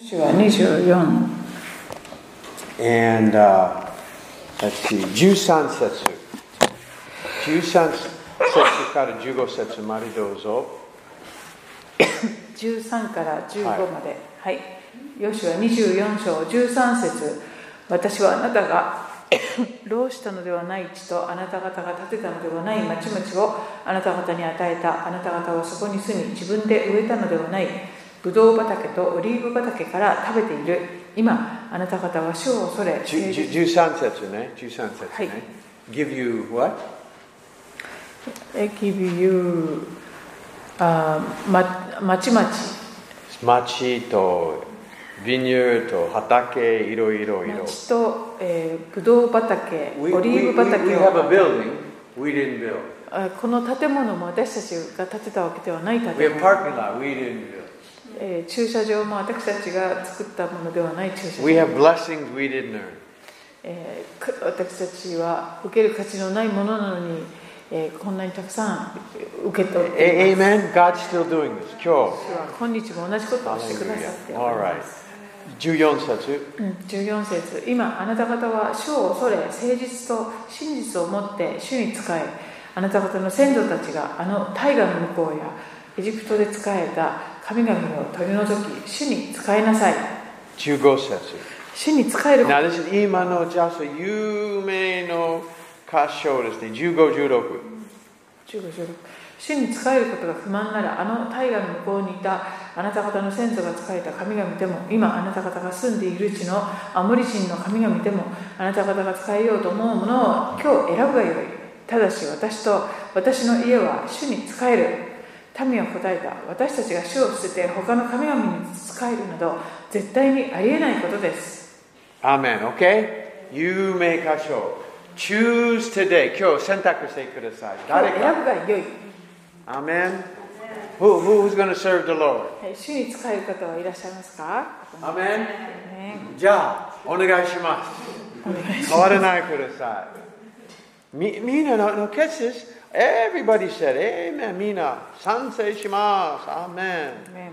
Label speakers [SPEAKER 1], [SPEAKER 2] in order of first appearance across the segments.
[SPEAKER 1] シュア24
[SPEAKER 2] And uh, let's see, 13節。13節から15節までどうぞ。
[SPEAKER 1] 13から15まで、はい、ヨシュア24章13節私はあなたが 労したのではない地とあなた方が建てたのではない町々をあなた方に与えたあなた方はそこに住み自分で植えたのではないブドウ畑とオリーブ畑から食べている今あなた方は主を恐れ
[SPEAKER 2] じゅ
[SPEAKER 1] 聖
[SPEAKER 2] じゅ
[SPEAKER 1] 霊
[SPEAKER 2] 13節ね。13節ね。
[SPEAKER 1] はい
[SPEAKER 2] Give you what?
[SPEAKER 1] I give you あーま町々
[SPEAKER 2] 町と、ビニューと畑、いろいろいろ。
[SPEAKER 1] 町と、えー、ブドウ畑
[SPEAKER 2] We,
[SPEAKER 1] オリー
[SPEAKER 2] we, we,
[SPEAKER 1] ブ畑
[SPEAKER 2] we
[SPEAKER 1] を
[SPEAKER 2] have a building we didn't build.
[SPEAKER 1] あこの建物も私たちが建てたわけではない建
[SPEAKER 2] We have
[SPEAKER 1] 物、
[SPEAKER 2] parking lot we didn't build.
[SPEAKER 1] えー駐車場も私たちが作ったものではない駐車
[SPEAKER 2] We
[SPEAKER 1] 場、
[SPEAKER 2] have blessings we didn't earn.
[SPEAKER 1] えーく私たちは受ける価値のないものなのに、えーこんなにたくさん受け取っ
[SPEAKER 2] A-
[SPEAKER 1] ています
[SPEAKER 2] amen? God's still doing this. 今日。
[SPEAKER 1] 主は今日も同じことをしてくださっており
[SPEAKER 2] All
[SPEAKER 1] ま
[SPEAKER 2] right.
[SPEAKER 1] す、
[SPEAKER 2] 14節。
[SPEAKER 1] うん、14節今あなた方は主を恐れ誠実と真実をもって主に仕えあなた方の先祖たちがあの大河の向こうやエジプトで仕えた神々を取り除き主に仕えなさい
[SPEAKER 2] 15節
[SPEAKER 1] 主に仕えること
[SPEAKER 2] Now, this is 今のジャス有名の歌唱ですね。15、16。
[SPEAKER 1] 15 16主に仕えることが不満ならあの大河の向こうにいたあなた方の先祖が仕えた神々でも今あなた方が住んでいる地のアモリ人の神々でもあなた方が使えようと思うものを今日選ぶがよいただし私と私の家は主に仕える民は答えた私たちが主を捨てて他の神々に仕えるなど絶対にありえないことです
[SPEAKER 2] アーメン。OK? 有名歌唱。Choose today. 今日選択してください。
[SPEAKER 1] 今日選
[SPEAKER 2] 誰
[SPEAKER 1] ぶ
[SPEAKER 2] か。
[SPEAKER 1] がよい
[SPEAKER 2] アーメン。Who, who's going to serve the Lord?
[SPEAKER 1] はい主に仕える方はいらっしゃいますか
[SPEAKER 2] アーメン。
[SPEAKER 1] ね
[SPEAKER 2] じゃあ、お願いします。変わらないください。みみんなのの kisses, everybody said, Amen. みんな賛成します。アーメン。
[SPEAKER 1] ね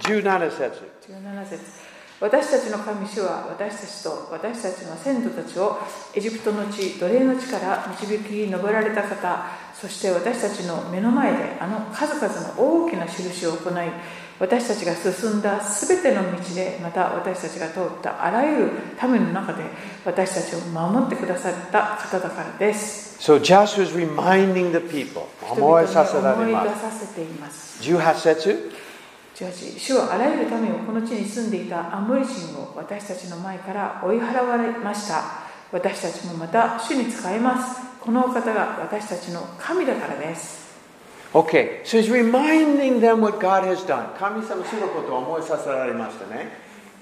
[SPEAKER 2] 17節。
[SPEAKER 1] 17節私たちの神主は私たちと私たちの先祖たちをエジプトの地奴隷の地から導き上られた方そして私たちの目の前であの数々の大きな印を行い私たちが進んだすべての道でまた私たちが通ったあらゆる民の中で私たちを守ってくださった方だからです。
[SPEAKER 2] So Joshua is reminding the people.
[SPEAKER 1] 人々
[SPEAKER 2] 思い
[SPEAKER 1] に
[SPEAKER 2] させら
[SPEAKER 1] 思い
[SPEAKER 2] れ
[SPEAKER 1] 出
[SPEAKER 2] ます。
[SPEAKER 1] させています。
[SPEAKER 2] 18節
[SPEAKER 1] 18主はあらゆる民をこの地に住んでいたアモリ人を私たちの前から追い払われました私たちもまた主に仕えますこのお方が私たちの神だからです
[SPEAKER 2] Okay, so he's reminding them what God has done. 神様主のことを思いさせられましたね。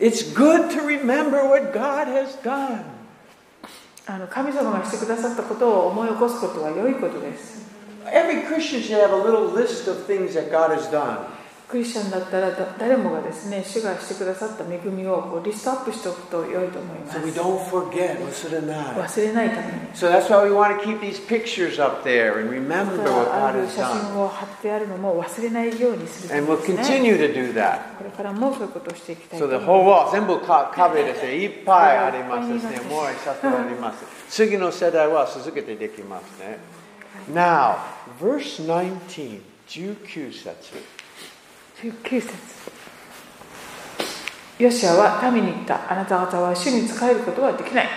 [SPEAKER 2] It's good to remember what God has done.
[SPEAKER 1] あの神様がしてくださったことを思い起こすことは良いことです
[SPEAKER 2] Every Christian should have a little list of things that God has done.
[SPEAKER 1] クリスチャンだったらだ誰もがですね主がしてくださった恵みをこうリストアップしておくと良いと思いま
[SPEAKER 2] So we
[SPEAKER 1] す
[SPEAKER 2] don't forget. 忘れない。
[SPEAKER 1] 忘れないために
[SPEAKER 2] So that's why we want to keep these pictures up there and
[SPEAKER 1] だ
[SPEAKER 2] remember
[SPEAKER 1] か
[SPEAKER 2] what
[SPEAKER 1] らあ
[SPEAKER 2] God
[SPEAKER 1] る
[SPEAKER 2] has
[SPEAKER 1] 写
[SPEAKER 2] done.
[SPEAKER 1] 真を貼ってあるのも忘れないようにする
[SPEAKER 2] And
[SPEAKER 1] こ
[SPEAKER 2] we'll
[SPEAKER 1] とですね
[SPEAKER 2] continue to do that.
[SPEAKER 1] これからもそういうことをしていきたいと
[SPEAKER 2] So
[SPEAKER 1] 思
[SPEAKER 2] the
[SPEAKER 1] います
[SPEAKER 2] whole wall, 全部か壁ですね。いっぱいありますですね。もう一冊あります。次の世代は続けてできますね。Now, verse 19, 19節。
[SPEAKER 1] 19節ヨシアは民に言ったあなた方は主に仕えることはできない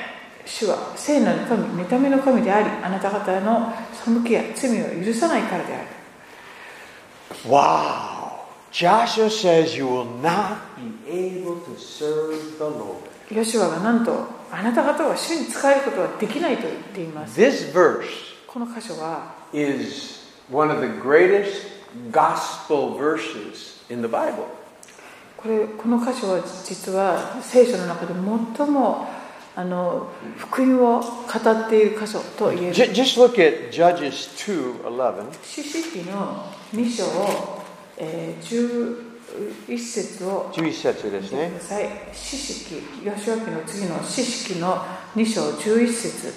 [SPEAKER 1] 主は聖なる神見た目の神でありあなた方の背きや罪を許さないからである
[SPEAKER 2] Wow! Joshua says you will not be able to serve the Lord.
[SPEAKER 1] ヨシュアがなんとあなた方は主に仕えることはできないと言っています
[SPEAKER 2] This verse
[SPEAKER 1] この箇所は
[SPEAKER 2] is one of the greatest gospel verses in the Bible.
[SPEAKER 1] これこの箇所は実は聖書の中で最もあの福音を語っている箇所と言える
[SPEAKER 2] Ju- Just look at Judges 2:11.
[SPEAKER 1] 四式の2章、えー、11節を
[SPEAKER 2] 11節で
[SPEAKER 1] 見
[SPEAKER 2] す
[SPEAKER 1] て
[SPEAKER 2] ね
[SPEAKER 1] く。ださい。四式、吉脇の次の四式の2章11節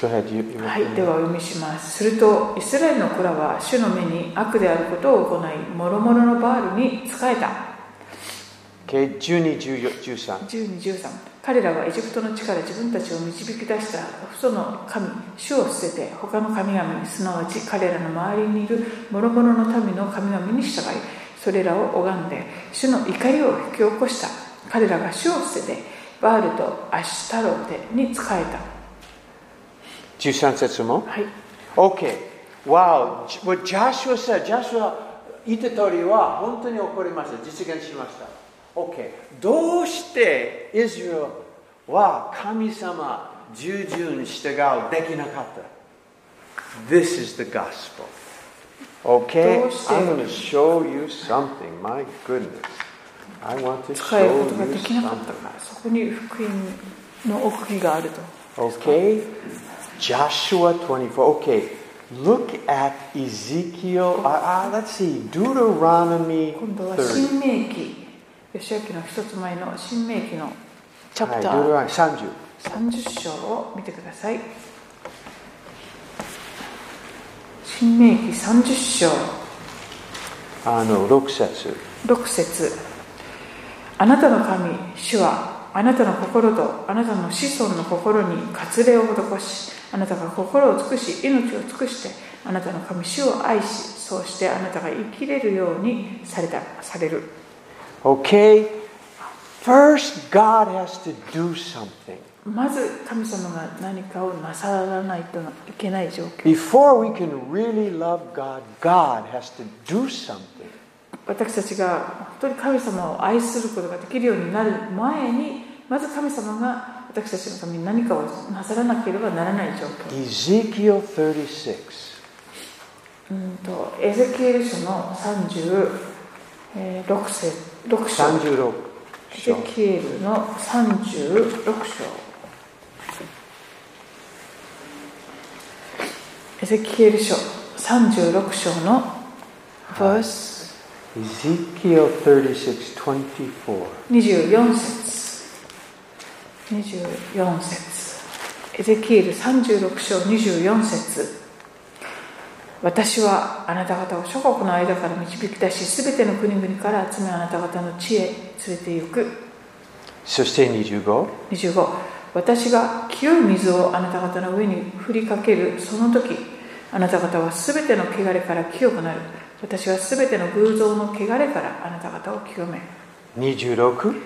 [SPEAKER 2] Go ahead, you, you
[SPEAKER 1] はい、ではお読みします。すると、イスラエルの子らは主の目に悪であることを行い、諸々のバールに仕えた。
[SPEAKER 2] け12、14 13。
[SPEAKER 1] 12、13彼らはエジプトの地から自分たちを導き出した父祖の神、主を捨てて、他の神々、すなわち彼らの周りにいる諸々の民の神々に従い、それらを拝んで、主の怒りを引き起こした。彼らが主を捨てて、バールとアシュタロテに仕え
[SPEAKER 2] 13節も
[SPEAKER 1] た。はい。
[SPEAKER 2] OK。Wow. What Joshua said, Joshua 言った通りは本当に起こりました。実現しました。OK。どうしてイスラエルは神様従順従うできなかった ?This is the gospel. Okay,
[SPEAKER 1] どうして
[SPEAKER 2] I'm going to show you something. My goodness. I want to
[SPEAKER 1] 使える
[SPEAKER 2] show
[SPEAKER 1] ことがで
[SPEAKER 2] you
[SPEAKER 1] きなかったから、そこに福音の奥義があると。
[SPEAKER 2] Okay, Joshua 24. Okay, look at Ezekiel. Uh, uh, let's see, Deuteronomy
[SPEAKER 1] 今度は
[SPEAKER 2] 30.
[SPEAKER 1] 新明記、吉明の一つ前の新明記のチャプター
[SPEAKER 2] Deuteronomy 30.
[SPEAKER 1] 30章を見てください。新明記30章
[SPEAKER 2] あの6節
[SPEAKER 1] 6節あなたの神、主はあなたの心とあなたの子孫の心に割礼を施し、あなたが心を尽くし、命を尽くして、あなたの神、主を愛し、そうしてあなたが生きれるようにされたされる。
[SPEAKER 2] Okay, first God has to do something.
[SPEAKER 1] まず神様が何かをなさらないといけない状況。
[SPEAKER 2] Before we can really love God, God has to do something.
[SPEAKER 1] 私たちが本当に神様を愛することができるようになる前に、まず神様が私たちのために何かをなさらなければならない状況。
[SPEAKER 2] Ezekiel 36.
[SPEAKER 1] うんとエゼキエル書の36節6章エ
[SPEAKER 2] 36
[SPEAKER 1] ゼキエルの36章エゼキエル書36章の verse
[SPEAKER 2] Ezekiel 36, 24.
[SPEAKER 1] 24節24節エゼキエル36章24節私はあなた方を諸国の間から導き出しすべての国々から集めあなた方の地へ連れて行く
[SPEAKER 2] そして25。
[SPEAKER 1] 25私が清い水をあなた方の上に振りかけるその時あなた方はすべての汚れから清くなる私はすべての偶像の汚れからあなた方を清める
[SPEAKER 2] 26?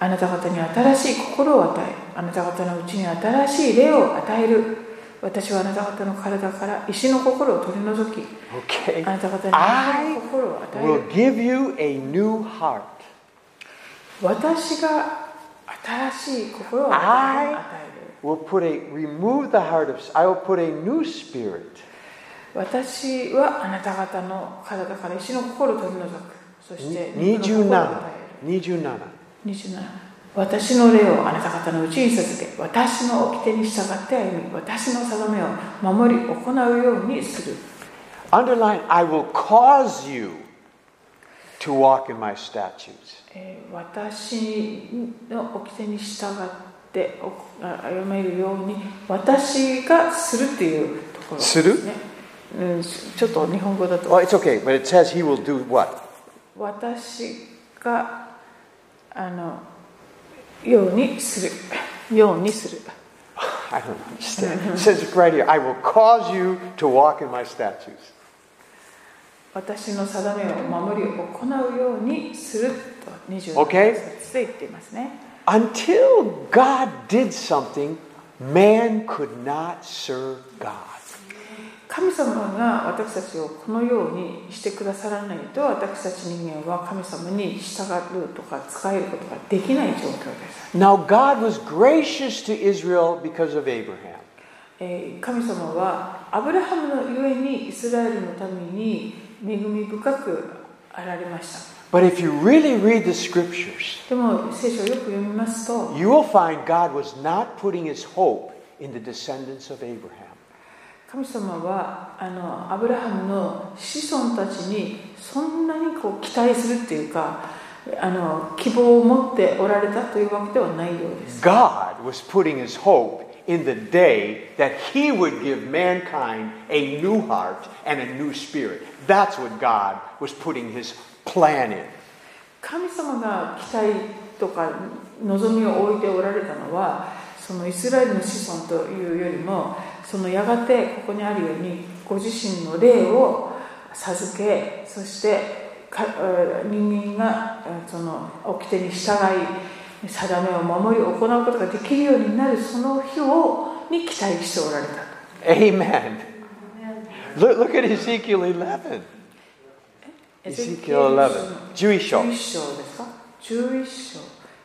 [SPEAKER 1] あなた方に新しい心を与え、あなた方のうちに新しい霊を与える。私はあなた方の体から石の心を取り除き、あ
[SPEAKER 2] Okay.
[SPEAKER 1] なた方に
[SPEAKER 2] I
[SPEAKER 1] 新しい心を与え
[SPEAKER 2] will
[SPEAKER 1] る。
[SPEAKER 2] give you a new heart.
[SPEAKER 1] 私が新しい心を与
[SPEAKER 2] I
[SPEAKER 1] える。
[SPEAKER 2] Will put a remove the heart of I will put a new spirit.
[SPEAKER 1] 私はあなた方の体から石の心を取り除く。そして肉の心を与え
[SPEAKER 2] 27. 27.
[SPEAKER 1] る。27私の霊をあなた方のうちに授け、私の掟に従って歩み、私の定めを守り行うようにする。
[SPEAKER 2] Underline I will cause you to walk in my statutes.
[SPEAKER 1] えー私の掟に従っておあ歩めるように私がするっていうところですね。
[SPEAKER 2] す
[SPEAKER 1] うん、しちょっと日本語だ
[SPEAKER 2] Well,
[SPEAKER 1] と
[SPEAKER 2] it's okay, but it says he will do what?
[SPEAKER 1] 私があのようにするようにする
[SPEAKER 2] I don't understand. It says right here, I will cause you to walk in my statutes.
[SPEAKER 1] 私の定めを守り行うようにすると27
[SPEAKER 2] Okay.
[SPEAKER 1] 節で言っていますね。
[SPEAKER 2] Until God did something, man could not serve God.
[SPEAKER 1] 神様が私たちをこのようにしてくださらないと私たち人間は神様に従うとか使えることができない状況です、
[SPEAKER 2] Now, God was gracious to Israel because of Abraham.
[SPEAKER 1] えー神様はアブラハムのゆえにイスラエルのために恵み深くあられました
[SPEAKER 2] But if you really read the scriptures,
[SPEAKER 1] でも聖書をよく読みますと
[SPEAKER 2] you will find God was not putting his hope in the descendants of Abraham.
[SPEAKER 1] 神様はあのアブラハムの子孫たちにそんなにこう期待するっていうかあの希望を持っておられたというわけではないようです
[SPEAKER 2] God was putting his hope in the day that he would give mankind a new heart and a new spirit. That's what God was putting his plan in.
[SPEAKER 1] 神神様が期待とか望みを置いておられたのはそのイスラエルの子孫というよりもそのやがてここにあるようにご自身の霊を授けそしてかえー人間がえーその掟に従い定めを守り行うことができるようになるその日をに期待しておられたと
[SPEAKER 2] Amen. Look, look at Ezekiel 11. Ezekiel 11. 11章
[SPEAKER 1] 11章ですか11章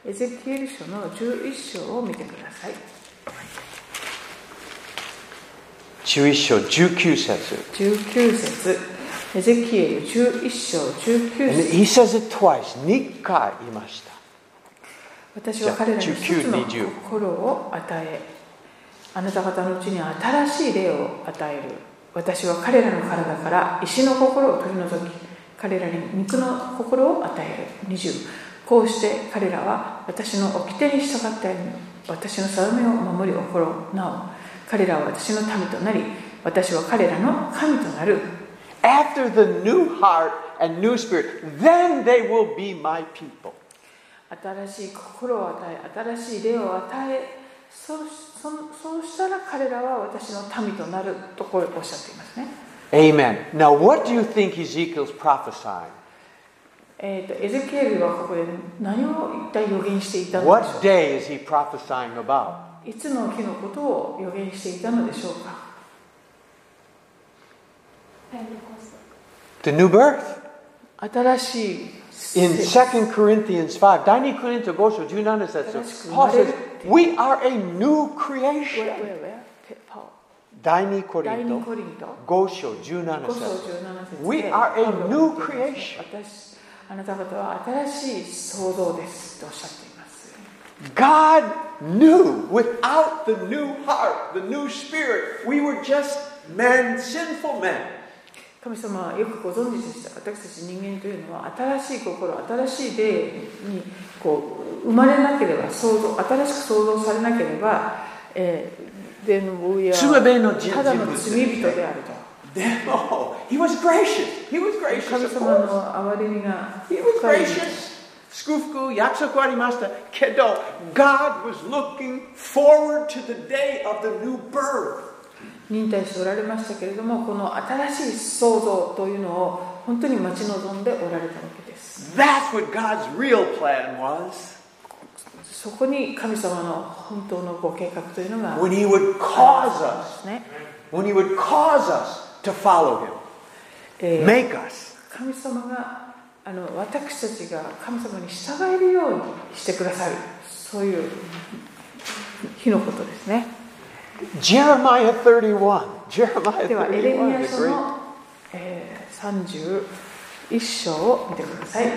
[SPEAKER 1] エゼキエル書の11章を見てください
[SPEAKER 2] 11章19節
[SPEAKER 1] 19節エゼキエル11章
[SPEAKER 2] And
[SPEAKER 1] 19節
[SPEAKER 2] he says it twice. 2回言いました。
[SPEAKER 1] 私は彼らに一つの
[SPEAKER 2] 19 20
[SPEAKER 1] 心を与えあなた方のうちに新しい霊を与える私は彼らの体から石の心を取り除き彼らに肉の心を与える20こうして彼らは私の掟に従って歩み私の定めを守り行うなお彼らは私の民となり私は彼らの神となる
[SPEAKER 2] After the new heart and new spirit, then they will be my people.
[SPEAKER 1] 新しい心を与え新しい霊を与えそうそそうしたら彼らは私の民となるとこうおっしゃっていますね、
[SPEAKER 2] Amen. Now, what do you think Ezekiel's prophesying?
[SPEAKER 1] えー、とエゼキエルはここで何を一体予言していたのでし
[SPEAKER 2] What day is he prophesying about?
[SPEAKER 1] ょういつの日のことを予言していたのでしょうか
[SPEAKER 2] The new birth.
[SPEAKER 1] 新しい
[SPEAKER 2] In
[SPEAKER 1] せ
[SPEAKER 2] 2 Corinthians 5, 第2 Corinthians 5章17節 Paul says, We are a new
[SPEAKER 1] ウェ
[SPEAKER 2] creation.
[SPEAKER 1] ウェウェペパオ
[SPEAKER 2] 第2
[SPEAKER 1] 第2
[SPEAKER 2] Corinthians
[SPEAKER 1] コリント
[SPEAKER 2] 5章17
[SPEAKER 1] 5章
[SPEAKER 2] 節
[SPEAKER 1] 17節
[SPEAKER 2] We are a new creation.
[SPEAKER 1] 私あなた方は新しい創造ですとおっしゃっています
[SPEAKER 2] God knew without the new heart, the new spirit, we were just men, sinful men.
[SPEAKER 1] 神様はよくご存知でした私たち人間というのは新しい心新しい霊にこう生まれなければ創造新しく創造されなければ、えー、でも we
[SPEAKER 2] つま
[SPEAKER 1] are
[SPEAKER 2] べの人
[SPEAKER 1] ただの罪人
[SPEAKER 2] 人
[SPEAKER 1] で
[SPEAKER 2] 物
[SPEAKER 1] あると
[SPEAKER 2] でも、He oh, was gracious. He was
[SPEAKER 1] 神
[SPEAKER 2] gracious. of
[SPEAKER 1] 様
[SPEAKER 2] course.
[SPEAKER 1] の憐れみが
[SPEAKER 2] He was
[SPEAKER 1] 深い
[SPEAKER 2] gracious. 祝福、約束ありましたけど、God was looking forward to the day of the new birth.
[SPEAKER 1] 忍耐しておられましたけれどもこの新しい創造というのを本当に待ち望んでおられたわけです
[SPEAKER 2] That's what God's real plan was.
[SPEAKER 1] そこに神様の本当のご計画というのが
[SPEAKER 2] When He would cause
[SPEAKER 1] で
[SPEAKER 2] us,
[SPEAKER 1] すね、
[SPEAKER 2] when He would cause us to follow Him,
[SPEAKER 1] えー
[SPEAKER 2] make us.
[SPEAKER 1] 神様があの私たちが神様に従えるようにしてくださるそういう日のことですね
[SPEAKER 2] Jeremiah 31. Jeremiah
[SPEAKER 1] ではエレミ
[SPEAKER 2] 31
[SPEAKER 1] ア
[SPEAKER 2] is
[SPEAKER 1] 書
[SPEAKER 2] great.
[SPEAKER 1] の、えー31章を見てください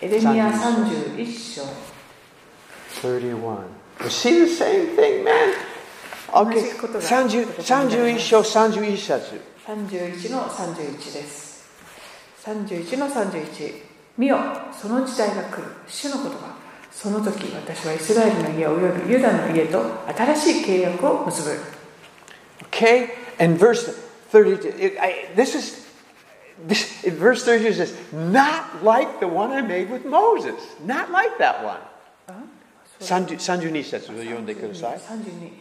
[SPEAKER 1] エレミア31章
[SPEAKER 2] 31. You see the same thing, man? Okay.
[SPEAKER 1] 同じことが
[SPEAKER 2] 30 31章31節。
[SPEAKER 1] 31の31です31の31見よその時代が来る主の言葉その時私はイスラエルの家およびユダの家と新しい契約を結ぶ
[SPEAKER 2] Okay? And verse 32. It, I, this is. This, in verse 32 it says, not like the one I made with Moses. Not like that one. 30 32節を読んでください。
[SPEAKER 1] 32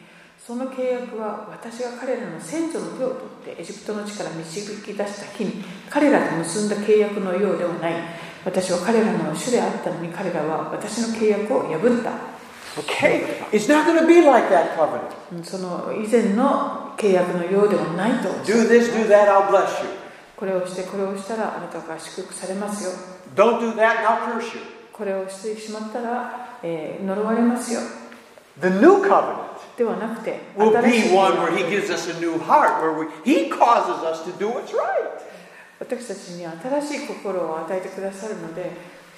[SPEAKER 1] その契約は私が彼らの先祖の手を取ってエジプトの地から導き出した日に彼らと結んだ契約のようではない私は彼らの主であったのに彼らは私の契約を破った
[SPEAKER 2] Okay? It's not going to be like that covenant.
[SPEAKER 1] うんその以前の契約のようではないと
[SPEAKER 2] Do this, do that, I'll bless you.
[SPEAKER 1] これをしてこれをしたらあなたが祝福されますよ
[SPEAKER 2] Don't do that, and I'll curse you.
[SPEAKER 1] これをしてしまったら、えー呪われますよ
[SPEAKER 2] The new covenant.
[SPEAKER 1] ではなくて
[SPEAKER 2] will
[SPEAKER 1] 新しい契
[SPEAKER 2] be one
[SPEAKER 1] 約
[SPEAKER 2] where he gives us a new heart, where we, he causes us to do what's right.
[SPEAKER 1] 私たちに新しい心を与えてくださるので、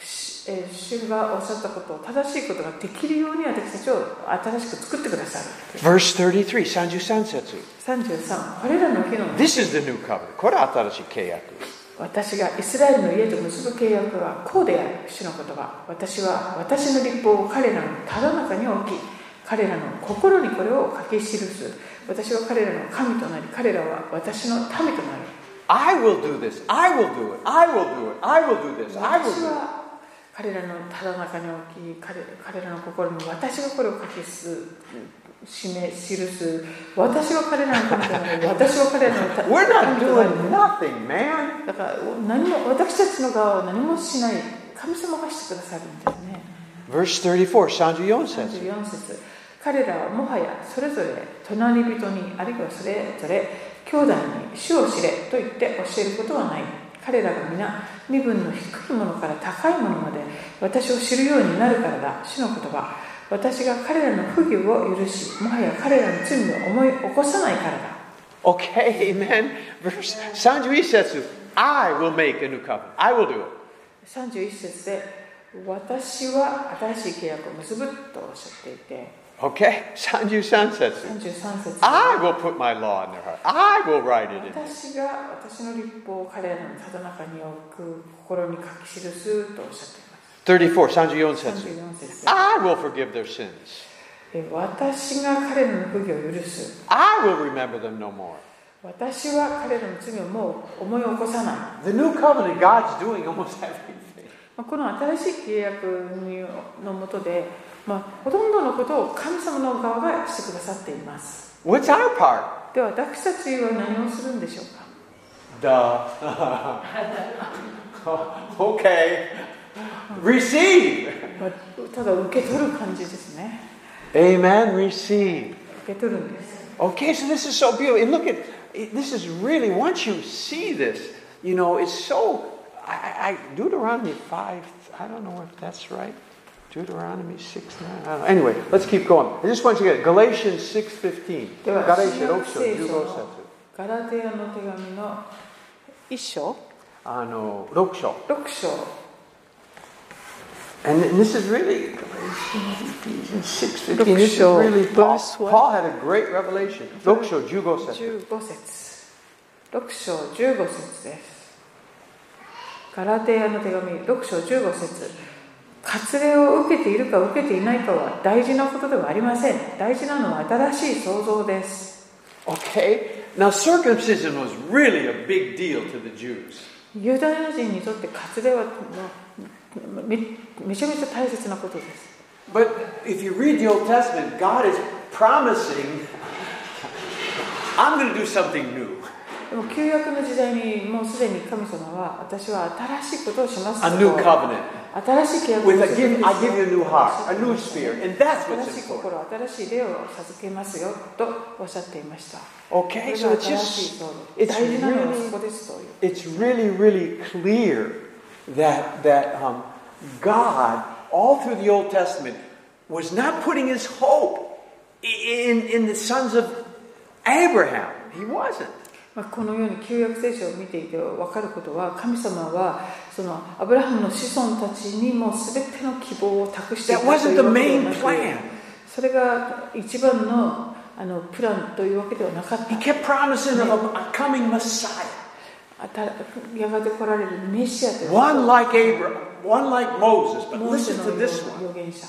[SPEAKER 1] しえー主がおっしゃったことを正しいことができるように私たちを新しく作ってくださる。
[SPEAKER 2] Verse 33, Sanju Sansetsu.
[SPEAKER 1] 33、これらの日の
[SPEAKER 2] This is the new covenant. これ新しい契約。
[SPEAKER 1] 私がイスラエルの家と結ぶ契約はこうである、主の言葉。私は私の立法を彼らのただ中に置き、彼らの心にこれを書き記す。私は彼らの神となり、彼らは私の民となる。
[SPEAKER 2] I will do this. I will do it. I will do it. I will do this. I will
[SPEAKER 1] 私
[SPEAKER 2] do it.
[SPEAKER 1] は彼らのただ中に置き彼彼らの心に私がこれを書きす示記す私は彼らの神となる私は彼らのた
[SPEAKER 2] We're
[SPEAKER 1] 神
[SPEAKER 2] not
[SPEAKER 1] となる
[SPEAKER 2] doing nothing, man.
[SPEAKER 1] だから何も私たちの側は何もしない神様がしてくださるんですね
[SPEAKER 2] Verse 34, Sanjuyon says,
[SPEAKER 1] 34節彼らはもはやそれぞれ隣人にあるいはそれぞれ兄弟に主を知れと言って教えることはない彼らが皆身分の低いものから高いものまで私を知るようになるからだ主の言葉私が彼らの不義を許しもはや彼らの罪を思い起こさないからだ
[SPEAKER 2] Okay, amen. Verse Sanjuyi Setsu, I will make a new covenant. I will do it.
[SPEAKER 1] 31節で私は新しい契約を結ぶとおっしゃっていて
[SPEAKER 2] Okay? Sanju San Setsu.
[SPEAKER 1] 33節
[SPEAKER 2] I will put my law in their heart. I will write it in.
[SPEAKER 1] 私が私の立法を彼らのただ中に置く心に書き記すとおっしゃっていま
[SPEAKER 2] 34, Sanjuyon
[SPEAKER 1] す。
[SPEAKER 2] Setsu.
[SPEAKER 1] 34節
[SPEAKER 2] I will forgive their sins.
[SPEAKER 1] え私が彼らの不義を許す。
[SPEAKER 2] I will remember them no more.
[SPEAKER 1] 私は彼らの罪をもう思い起こさない。ま
[SPEAKER 2] The new covenant, God's doing almost everything.
[SPEAKER 1] あこの新しい契約にのもとで、まあ、ほとんどのことを神様の側がしてくださっています。
[SPEAKER 2] What's our part?
[SPEAKER 1] では私たちは何をするんでしょうか
[SPEAKER 2] Duh. okay. Receive.
[SPEAKER 1] まあただ受け取る感じですね。
[SPEAKER 2] Amen. Receive.
[SPEAKER 1] 受け取るんです。
[SPEAKER 2] Okay, so this is so beautiful. And look at this is really once you see this, you know, it's so. I, I Deuteronomy five. I don't know if that's right. Deuteronomy six nine. I don't know. Anyway, let's keep going. I just want you to get it. Galatians six fifteen.
[SPEAKER 1] では
[SPEAKER 2] Galatians
[SPEAKER 1] 新約
[SPEAKER 2] 6,
[SPEAKER 1] 聖書
[SPEAKER 2] 15
[SPEAKER 1] の
[SPEAKER 2] 節
[SPEAKER 1] ガラテヤの手紙の一章
[SPEAKER 2] あの6章
[SPEAKER 1] 6章
[SPEAKER 2] And this is really Galatians six fifteen. This
[SPEAKER 1] 6
[SPEAKER 2] is
[SPEAKER 1] 章
[SPEAKER 2] really Paul.
[SPEAKER 1] verse what?
[SPEAKER 2] Paul had a great revelation. 6章15節
[SPEAKER 1] 15節6章15節ですガラテヤの手紙6章15節割礼を受けているか受けていないかは大事なことではありません大事なのは新しい創造です
[SPEAKER 2] Okay. Now circumcision was really a big deal to the Jews.
[SPEAKER 1] ユダヤ人にとって割礼はもうめめちゃめちゃ大切なことです
[SPEAKER 2] But if you read the Old Testament, God is promising, I'm going to do something new,
[SPEAKER 1] でも旧約の時代にもうすでに神様は私は新しいことをします
[SPEAKER 2] a new covenant.
[SPEAKER 1] 新しい契約
[SPEAKER 2] With
[SPEAKER 1] を
[SPEAKER 2] a
[SPEAKER 1] する
[SPEAKER 2] give, I give you a new heart, a new spirit, and that's
[SPEAKER 1] 新
[SPEAKER 2] what's
[SPEAKER 1] しい
[SPEAKER 2] important.
[SPEAKER 1] 心、新しい霊を授けますよとおっしゃっていました。
[SPEAKER 2] Okay,
[SPEAKER 1] そ
[SPEAKER 2] so
[SPEAKER 1] れが
[SPEAKER 2] it's
[SPEAKER 1] 新しい
[SPEAKER 2] just
[SPEAKER 1] 道路
[SPEAKER 2] it's
[SPEAKER 1] 大事なのは
[SPEAKER 2] really-
[SPEAKER 1] そこですという。
[SPEAKER 2] it's really really clear that that um, God, all through the Old Testament, was not putting his hope i- in in the sons of Abraham. He wasn't.
[SPEAKER 1] まあ、このように旧約聖書を見ていて分かることは、神様はそのアブラハムの子孫たちにも全ての希望を託してい
[SPEAKER 2] That
[SPEAKER 1] たという
[SPEAKER 2] wasn't the
[SPEAKER 1] わけでは
[SPEAKER 2] main
[SPEAKER 1] なく
[SPEAKER 2] plan.
[SPEAKER 1] それが一番のあのプランというわけではなかった
[SPEAKER 2] He kept promising of a, a coming Messiah.
[SPEAKER 1] あた。やがて来られるメシアという
[SPEAKER 2] One like Abraham, one like Moses, but
[SPEAKER 1] モーセ
[SPEAKER 2] listen
[SPEAKER 1] の
[SPEAKER 2] to
[SPEAKER 1] よ
[SPEAKER 2] this one.
[SPEAKER 1] 預言者。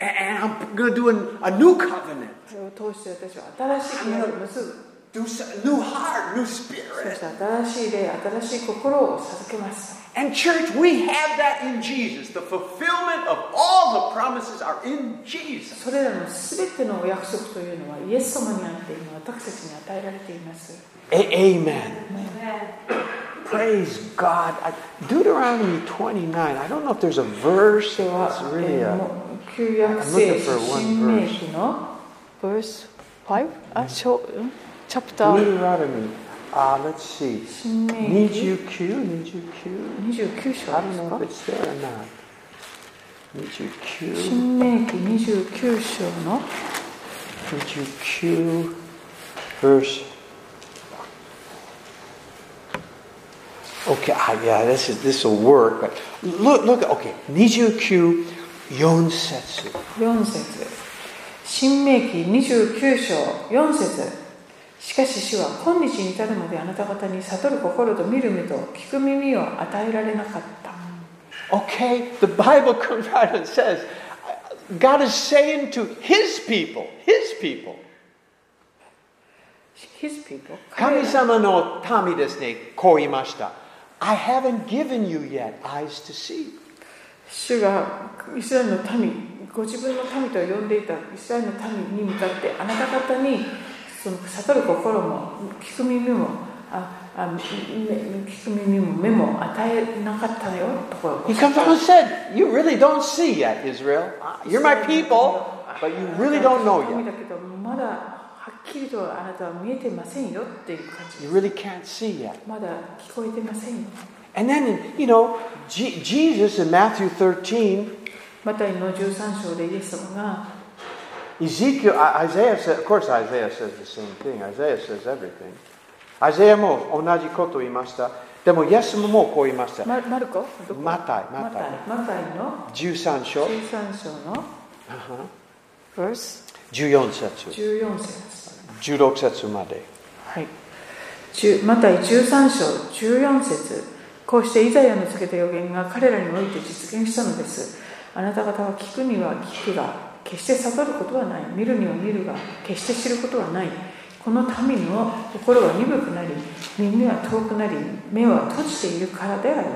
[SPEAKER 2] A- And I'm going to do an- a new covenant.
[SPEAKER 1] それを通して私は新しい契約を結ぶ。
[SPEAKER 2] Do some, new heart, new
[SPEAKER 1] そし
[SPEAKER 2] spirit.
[SPEAKER 1] て新しい霊、新しい心を授けます。
[SPEAKER 2] And church, we have that in Jesus. The fulfillment of all the promises are in Jesus.
[SPEAKER 1] それらのすべてのお約束というのは、イエス様にあって今、私たちに与えられています。
[SPEAKER 2] amen. Praise God. I- Deuteronomy 29. I don't know if there's a verse
[SPEAKER 1] では
[SPEAKER 2] that's、
[SPEAKER 1] えーもう旧約聖書
[SPEAKER 2] I'm looking for one
[SPEAKER 1] 新明記の verse 5? あ、しょうんチャプター
[SPEAKER 2] Deuteronomy. Uh, let's see.
[SPEAKER 1] 新明記
[SPEAKER 2] 29, 29.
[SPEAKER 1] 29章
[SPEAKER 2] I
[SPEAKER 1] で
[SPEAKER 2] don't
[SPEAKER 1] す
[SPEAKER 2] know
[SPEAKER 1] か
[SPEAKER 2] if it's there or not. Michikyu,
[SPEAKER 1] 新明記29章の
[SPEAKER 2] Michikyu, verse. Okay, ah, yeah, this is this will work. But look, look. Okay, Nichikyu Yonsetsu.
[SPEAKER 1] 4節新明記29章4節しかし主は今日に至るまであなた方に悟る心と見る目と聞く耳を与えられなかった
[SPEAKER 2] Okay, the Bible comes out and says, God is saying to His people, His people,
[SPEAKER 1] His people 彼ら
[SPEAKER 2] 神様の民ですね、こう言いました。I haven't given you yet eyes to see.
[SPEAKER 1] 主がイスラエルの民ご自分の民と呼んでいたイスラエルの民に向かってあなた方にその悟る心も聞く耳もああめ聞く耳も目も与えなかったよところ
[SPEAKER 2] He comes out and said, You really don't see yet, Israel. You're my people, but you really don't know
[SPEAKER 1] 神
[SPEAKER 2] yet.
[SPEAKER 1] だけどまだはっきりとはあなたは見えてませんよっていう感じ
[SPEAKER 2] You really can't see yet.
[SPEAKER 1] まだ聞こえてませんよ
[SPEAKER 2] And then, you know, Je- Jesus in Matthew 13,
[SPEAKER 1] マタイの13章でイエス様が
[SPEAKER 2] Ezekiel, I- Isaiah said, of course Isaiah says the same thing. Isaiah says everything. Isaiah も同じことを言いました。でも、イエスもこう言いました。
[SPEAKER 1] ママルコどこ
[SPEAKER 2] マタイマ
[SPEAKER 1] マ
[SPEAKER 2] タ
[SPEAKER 1] タイマタイの
[SPEAKER 2] 13章、
[SPEAKER 1] 13章の
[SPEAKER 2] Uh-huh.
[SPEAKER 1] verse
[SPEAKER 2] 14節、
[SPEAKER 1] 14節
[SPEAKER 2] 16節まで。
[SPEAKER 1] はい、10マタイ13章14節こうしてイザヤのつけた予言が彼らにおいて実現したのですあなた方は聞くには聞くが決して悟ることはない見るには見るが決して知ることはないこの民の心は鈍くなり耳は遠くなり目は閉じているからである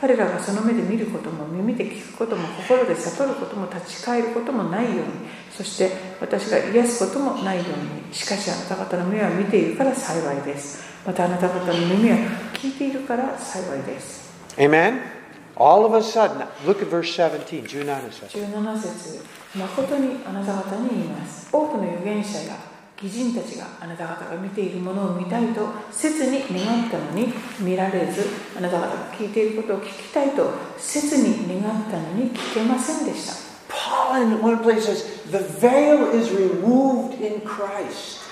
[SPEAKER 1] 彼らがその目で見ることも耳で聞くことも心で悟ることも立ち返ることもないようにそして私が癒すこともないようにしかしあなた方の目は見ているから幸いですまたあなた方の耳は聞いているから幸いです
[SPEAKER 2] Amen? All of a sudden, look at verse 17, 17節。
[SPEAKER 1] 17節誠にあなた方に言います多くの預言者や義人たちがあなた方が見ているものを見たいと切に願ったのに見られずあなた方が聞いていることを聞きたいと切に願ったのに聞けませんでした
[SPEAKER 2] Paul in one place says, The veil is removed in Christ.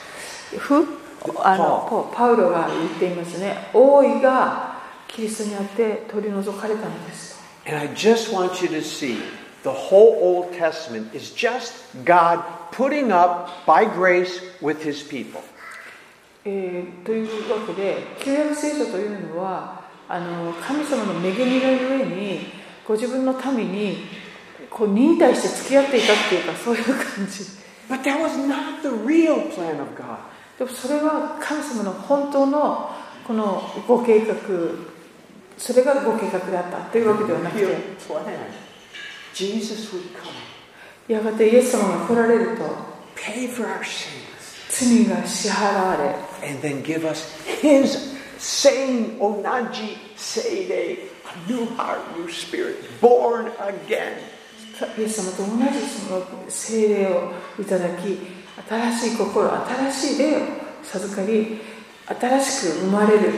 [SPEAKER 1] ふあのポパウロが言っていますね王位がキリストにあって取り除かれたのですと
[SPEAKER 2] And I just want you to see the whole Old Testament is just God putting up by grace with his people.
[SPEAKER 1] えーというわけで旧約聖書というのはあの神様の恵みのゆえにご自分の民にこう忍耐して付き合っていたっていうかそういう感じ
[SPEAKER 2] But that was not the real plan of God.
[SPEAKER 1] でもそれは神様の本当のこのご計画それがご計画だったというわけではなく
[SPEAKER 2] Real
[SPEAKER 1] て
[SPEAKER 2] plan. Jesus would come,
[SPEAKER 1] やがてイエス様が来られると
[SPEAKER 2] pay for our sins,
[SPEAKER 1] 罪が支払われ
[SPEAKER 2] and then give us his same onaji seide, a new heart, new spirit, born again.
[SPEAKER 1] イエス様と同じその聖霊をいただき新しい心新しい霊を授かり新しく生まれる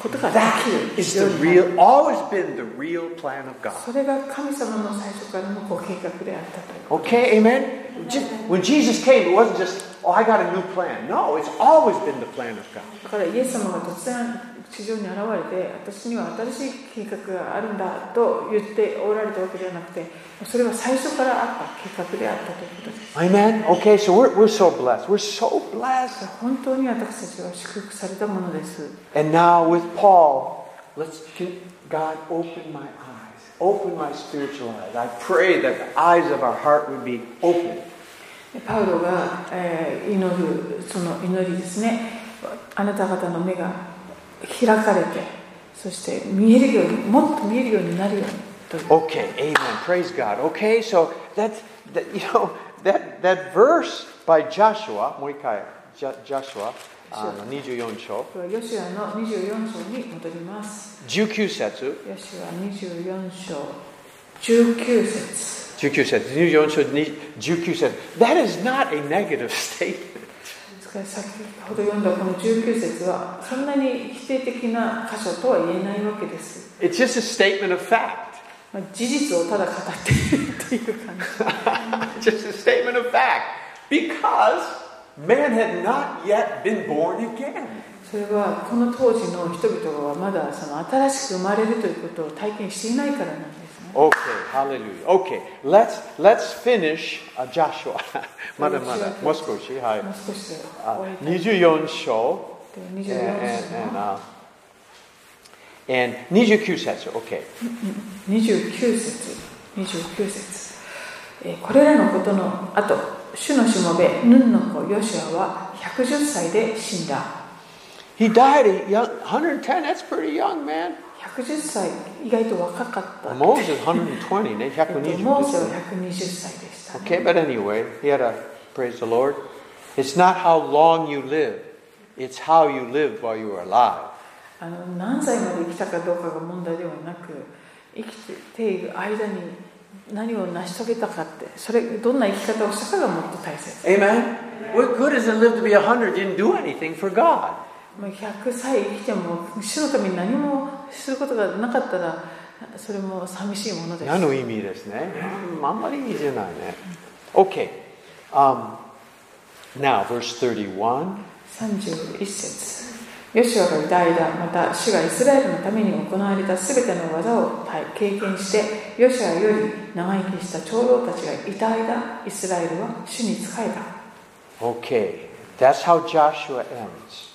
[SPEAKER 1] ことがで
[SPEAKER 2] That
[SPEAKER 1] き
[SPEAKER 2] is
[SPEAKER 1] るよ
[SPEAKER 2] the
[SPEAKER 1] うになる
[SPEAKER 2] real, always been the real plan of God.
[SPEAKER 1] それが神様の最初からのご計画であったという
[SPEAKER 2] Okay, amen? Je- When Jesus came, it wasn't just, oh, I got a new plan. No, it's always been the plan of God.
[SPEAKER 1] だからイエス様が突然地上に現れて私には新しい計画があるんだと言っておられたわけではなくてそれは最初からあった計画であったということです
[SPEAKER 2] Amen? Okay, so we're, we're so blessed. We're so blessed.
[SPEAKER 1] 本当に私たちは祝福されたものです
[SPEAKER 2] And now with Paul, let's get God open my eyes, open my spiritual eyes. I pray that the eyes of our heart would be open.
[SPEAKER 1] パウロが、えー祈るその祈りですねあなた方の目が開かれてそして見えるようにもっと見えるようになるようにという
[SPEAKER 2] Okay, amen. Praise God. Okay, so that's that, you know that that verse by Joshua, もう一回, Jo- Joshua, uh, あの、24章、
[SPEAKER 1] これはヨシュアの24章に戻ります
[SPEAKER 2] 19節、
[SPEAKER 1] ヨシュア24章19節
[SPEAKER 2] 19節、24章、19節。That is not a negative statement.
[SPEAKER 1] ですから先ほど読んだこの19節はそんなに否定的な箇所とは言えないわけです
[SPEAKER 2] It's just a statement of fact.
[SPEAKER 1] まあ事実をただ語っているという感じ
[SPEAKER 2] just a statement of fact. Because man had not yet been born again.
[SPEAKER 1] それはこの当時の人々はまだその新しく生まれるということを体験していないからなんですね。
[SPEAKER 2] Okay, hallelujah. Okay, let's let's finish uh, Joshua.
[SPEAKER 1] もう少しで終
[SPEAKER 2] Uh,
[SPEAKER 1] わりたい。
[SPEAKER 2] まだまだ。もう少し、はい。24章。
[SPEAKER 1] 24
[SPEAKER 2] And,
[SPEAKER 1] 節
[SPEAKER 2] and,
[SPEAKER 1] の
[SPEAKER 2] uh, and 29 sets. Okay.
[SPEAKER 1] 29節29節えーこれらのことのあと主のしもべヌンの子ヨシュアは110歳で死んだ
[SPEAKER 2] He died at young, 110. That's pretty young, man.
[SPEAKER 1] 110 110歳、意外と若かった。
[SPEAKER 2] Moses 120, ね、
[SPEAKER 1] えっとモーセは120歳
[SPEAKER 2] 120
[SPEAKER 1] でした、ね。
[SPEAKER 2] Okay, but anyway, he had a praise the Lord. It's not how long you live, it's how you live while you are alive.
[SPEAKER 1] あの何歳まで生きたかどうかが問題ではなく生きている間に何を成し遂げたかってそれどんな生き方をしたかがもっと大切
[SPEAKER 2] Amen. What good is it live to be 100? Didn't do anything for God.
[SPEAKER 1] もう100歳生きても主のために何もすることがなかったらそれも寂しいものです
[SPEAKER 2] 何の意味ですね。あんまり意味じゃないね。Okay. Um, now, verse 31.
[SPEAKER 1] 31節ヨシュアが歌いだまた主がイスラエルのために行われた全ての技を経験してヨシュアより長生きした長老たちがいた間イスラエルは主に仕えた
[SPEAKER 2] Okay. That's how Joshua ends.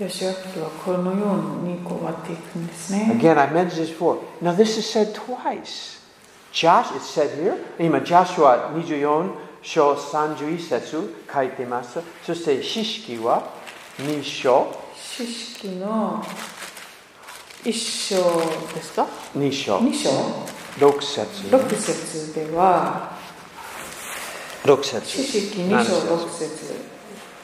[SPEAKER 1] ヨシュア記はこのようにこう終わっていくんですね。
[SPEAKER 2] Again, I mentioned this before. Now, this is said twice. Josh, it's said here. 今、Joshua 24章31節書いてます。そして、四式は2章、
[SPEAKER 1] 四式の一章ですか
[SPEAKER 2] 2章、
[SPEAKER 1] 二章
[SPEAKER 2] 6節、
[SPEAKER 1] 六節では、
[SPEAKER 2] 6節。
[SPEAKER 1] 四式二章六節。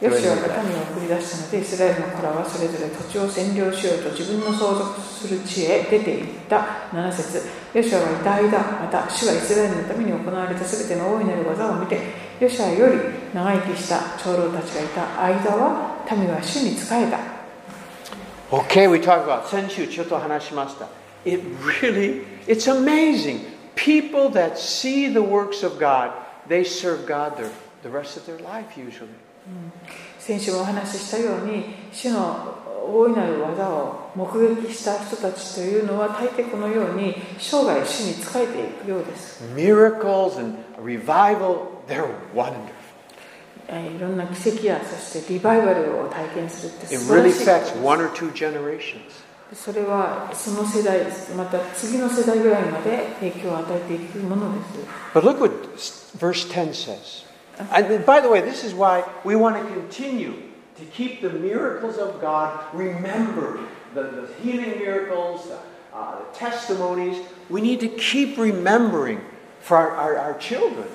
[SPEAKER 1] ヨシュアが民を送り出したので、イスラエルの子らはそれぞれ土地を占領しようと自分の相続する地へ出て行った7節ヨシュアがいた間、また主がイスラエルのために行われたすべての大いなる技を見て、ヨシュアより長生きした長老たちがいた間は、民は主に仕えた。
[SPEAKER 2] Okay, we talked about 先週ちょっと話しました。It really, it's amazing. People that see the works of God, they serve God their, the rest of their life usually.
[SPEAKER 1] 先週もお話ししたように主の大いなる技を目撃した人たちというのは大抵このように生涯主に仕えていくようです
[SPEAKER 2] Miracles and revival, they're wonderful.
[SPEAKER 1] えーいろんな奇跡やそしてリバイバルを体験するって
[SPEAKER 2] It
[SPEAKER 1] 素晴
[SPEAKER 2] really
[SPEAKER 1] らしい
[SPEAKER 2] affects one or two generations.
[SPEAKER 1] それはその世代また次の世代ぐらいまで影響を与えていくものです
[SPEAKER 2] But look what s- verse 10 says. And then, by the way, this is why we want to continue to keep the miracles of God. Remember the, the healing miracles, the, uh, the testimonies. We need to keep remembering for our, our, our children.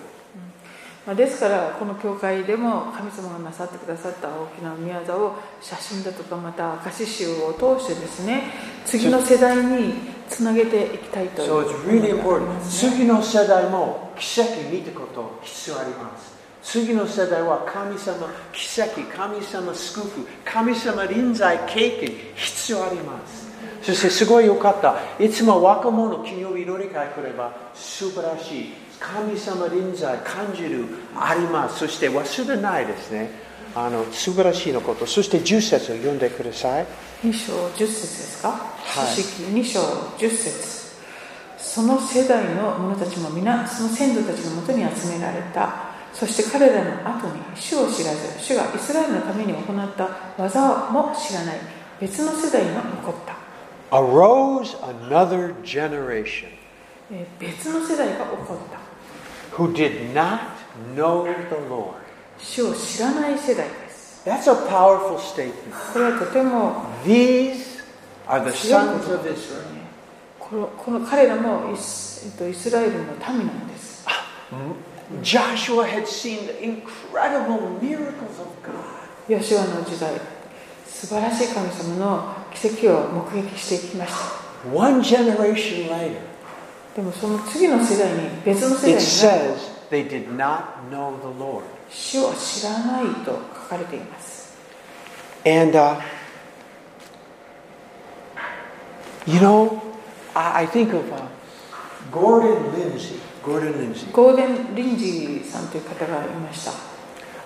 [SPEAKER 1] まあですからこの教会でも神様がなさってくださった大きな宮座を写真だとかまた証し集を通してですね次の世代につなげていきたいという
[SPEAKER 2] So it's
[SPEAKER 1] 思いが
[SPEAKER 2] really
[SPEAKER 1] あり
[SPEAKER 2] important.
[SPEAKER 1] ますね
[SPEAKER 2] 次の世代も奇跡見てこと必要あります。次の世代は神様奇跡、神様スクープ、神様臨在経験必要あります。そしてすごい良かった。いつも若者、金曜日祈り会来ればスーパーらしい神様臨在感じるあります。そして忘れないですね。あの素晴らしいのこと。そして10節を読んでください。
[SPEAKER 1] 2章10節ですか、
[SPEAKER 2] い
[SPEAKER 1] 書式2章10節その世代の者たちも皆その先祖たちのもとに集められたそして彼らの後に主を知らず主がイスラエルのために行った技も知らない別の世代が残った、
[SPEAKER 2] arose another generation
[SPEAKER 1] えー別の世代が起こった
[SPEAKER 2] who did not know the Lord.
[SPEAKER 1] 主を知らない世代です
[SPEAKER 2] That's a powerful statement.
[SPEAKER 1] これはとても
[SPEAKER 2] These are the
[SPEAKER 1] 強いこ
[SPEAKER 2] sons
[SPEAKER 1] と
[SPEAKER 2] of
[SPEAKER 1] ですよ
[SPEAKER 2] Israel.
[SPEAKER 1] ねこのこの彼らもイス,、えっと、イスラエルの民なんです
[SPEAKER 2] Joshua had seen the incredible miracles of God.
[SPEAKER 1] ヨシュアの時代素晴らしい神様の奇跡を目撃していきました
[SPEAKER 2] One generation later,
[SPEAKER 1] でもその次の世代に別の世代
[SPEAKER 2] it
[SPEAKER 1] に
[SPEAKER 2] says they did not know the Lord.
[SPEAKER 1] 死を知らないと書かれています
[SPEAKER 2] And, uh, you know, I, I think of uh, Gordon Lindsay. Gordon Lindsay.
[SPEAKER 1] ゴーデン・リンジーさんという方がいました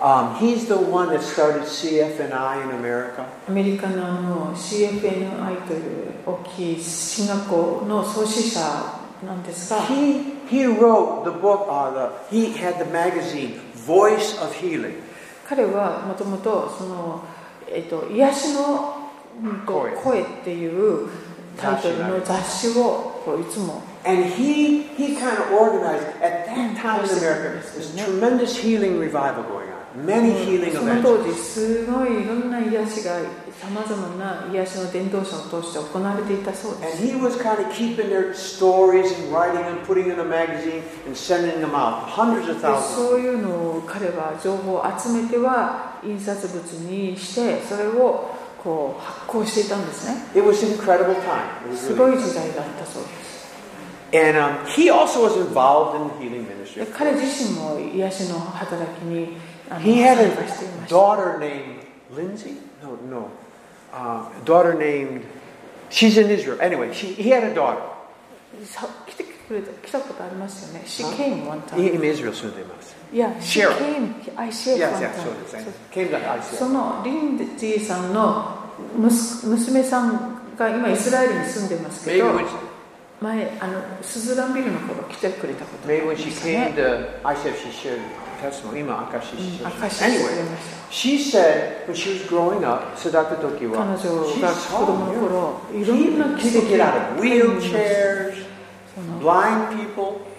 [SPEAKER 2] Um, he's the one that started CFNI in America.
[SPEAKER 1] アメリカのあの CFNI という大きい進学校の創始者なんですが
[SPEAKER 2] He, he wrote the book, uh, the, he had the magazine Voice of Healing.
[SPEAKER 1] 彼はもともとその、えっと癒しの、うんと
[SPEAKER 2] 声
[SPEAKER 1] 声っていうタイトルの雑誌をこういつも
[SPEAKER 2] And he, he kind of organized, at that time in America, this tremendous healing revival going on. Many
[SPEAKER 1] そ
[SPEAKER 2] healing
[SPEAKER 1] の
[SPEAKER 2] events.
[SPEAKER 1] 当時すごいいろんな癒しがさまざまな癒しの伝道者を通して行われていたそうで
[SPEAKER 2] And
[SPEAKER 1] す
[SPEAKER 2] he was kind of keeping their stories and writing them, putting in a magazine and sending them out. Hundreds of
[SPEAKER 1] で
[SPEAKER 2] thousands.
[SPEAKER 1] そういうのを彼は情報を集めては印刷物にしてそれをこう発行していたんですね
[SPEAKER 2] It was an incredible time. It was
[SPEAKER 1] す
[SPEAKER 2] really-
[SPEAKER 1] ごい時代だったそうです
[SPEAKER 2] And um, he also was involved in the healing
[SPEAKER 1] で
[SPEAKER 2] ministry.
[SPEAKER 1] 彼自身も癒しの働きにあの
[SPEAKER 2] He had
[SPEAKER 1] 参加してい
[SPEAKER 2] a
[SPEAKER 1] ました
[SPEAKER 2] daughter named Lindsay. No, no. Uh, a daughter named. She's in Israel. Anyway, she, he had a daughter.
[SPEAKER 1] さ来てくれた来たことありますよね She
[SPEAKER 2] あ
[SPEAKER 1] came one time
[SPEAKER 2] In Israel, so they must.
[SPEAKER 1] Yeah, she
[SPEAKER 2] Cheryl.
[SPEAKER 1] came I shared
[SPEAKER 2] Yes,
[SPEAKER 1] one
[SPEAKER 2] yes,
[SPEAKER 1] time
[SPEAKER 2] so they say. Came to ICF.
[SPEAKER 1] そのリンジーさんの息娘さんが今イスラエルに住んでますけ
[SPEAKER 2] Maybe
[SPEAKER 1] ど
[SPEAKER 2] when she,
[SPEAKER 1] 前あのスズランビルの頃来てくれたことがあ
[SPEAKER 2] maybe
[SPEAKER 1] りま
[SPEAKER 2] when she
[SPEAKER 1] した
[SPEAKER 2] came
[SPEAKER 1] ね
[SPEAKER 2] to ICF, she shared testimony. Ima,
[SPEAKER 1] う
[SPEAKER 2] Akashi,
[SPEAKER 1] ん
[SPEAKER 2] Mm, she shared.
[SPEAKER 1] 証ししてくれました
[SPEAKER 2] Anyway, She said when she was growing up, Siddhartha Toki
[SPEAKER 1] 彼
[SPEAKER 2] wa,
[SPEAKER 1] 女
[SPEAKER 2] she
[SPEAKER 1] が子
[SPEAKER 2] saw
[SPEAKER 1] 供の
[SPEAKER 2] miracles.
[SPEAKER 1] 頃いろ
[SPEAKER 2] She
[SPEAKER 1] んな
[SPEAKER 2] even
[SPEAKER 1] 奇
[SPEAKER 2] people
[SPEAKER 1] 跡
[SPEAKER 2] get
[SPEAKER 1] が
[SPEAKER 2] out of wheelchairs,
[SPEAKER 1] その
[SPEAKER 2] blind people.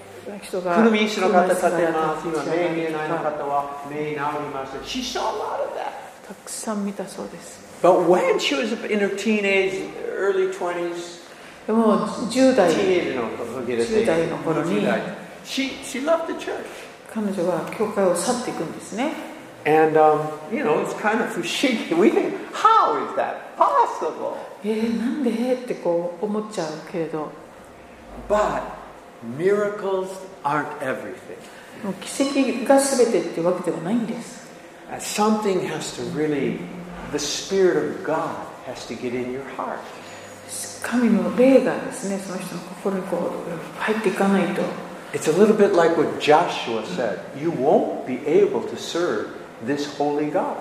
[SPEAKER 1] 人が
[SPEAKER 2] 車椅子の方立てます。
[SPEAKER 1] 車椅
[SPEAKER 2] 今、
[SPEAKER 1] 子が立ち
[SPEAKER 2] 目見
[SPEAKER 1] 上
[SPEAKER 2] えないの
[SPEAKER 1] がるとか
[SPEAKER 2] 方は目治ります。She saw a lot of that.
[SPEAKER 1] たくさん見たそうです
[SPEAKER 2] But when she was in her teenage, early 20s,
[SPEAKER 1] でも10代
[SPEAKER 2] teenage の頃
[SPEAKER 1] 10代の頃に
[SPEAKER 2] she, she left the church.
[SPEAKER 1] 彼女は教会を去っていくんですね
[SPEAKER 2] And, um, you know, it's kind of fushigi. We think, how is that possible?
[SPEAKER 1] えー、なんでってこう思っちゃうけれど
[SPEAKER 2] But miracles aren't everything.
[SPEAKER 1] もう奇跡が全てっていうわけではないんです
[SPEAKER 2] Uh, Something has to really, the Spirit of God has to get in your heart.
[SPEAKER 1] 神の霊がですねその人の心にこう入っていかないと
[SPEAKER 2] It's a little bit like what Joshua said. You won't be able to serve this holy God.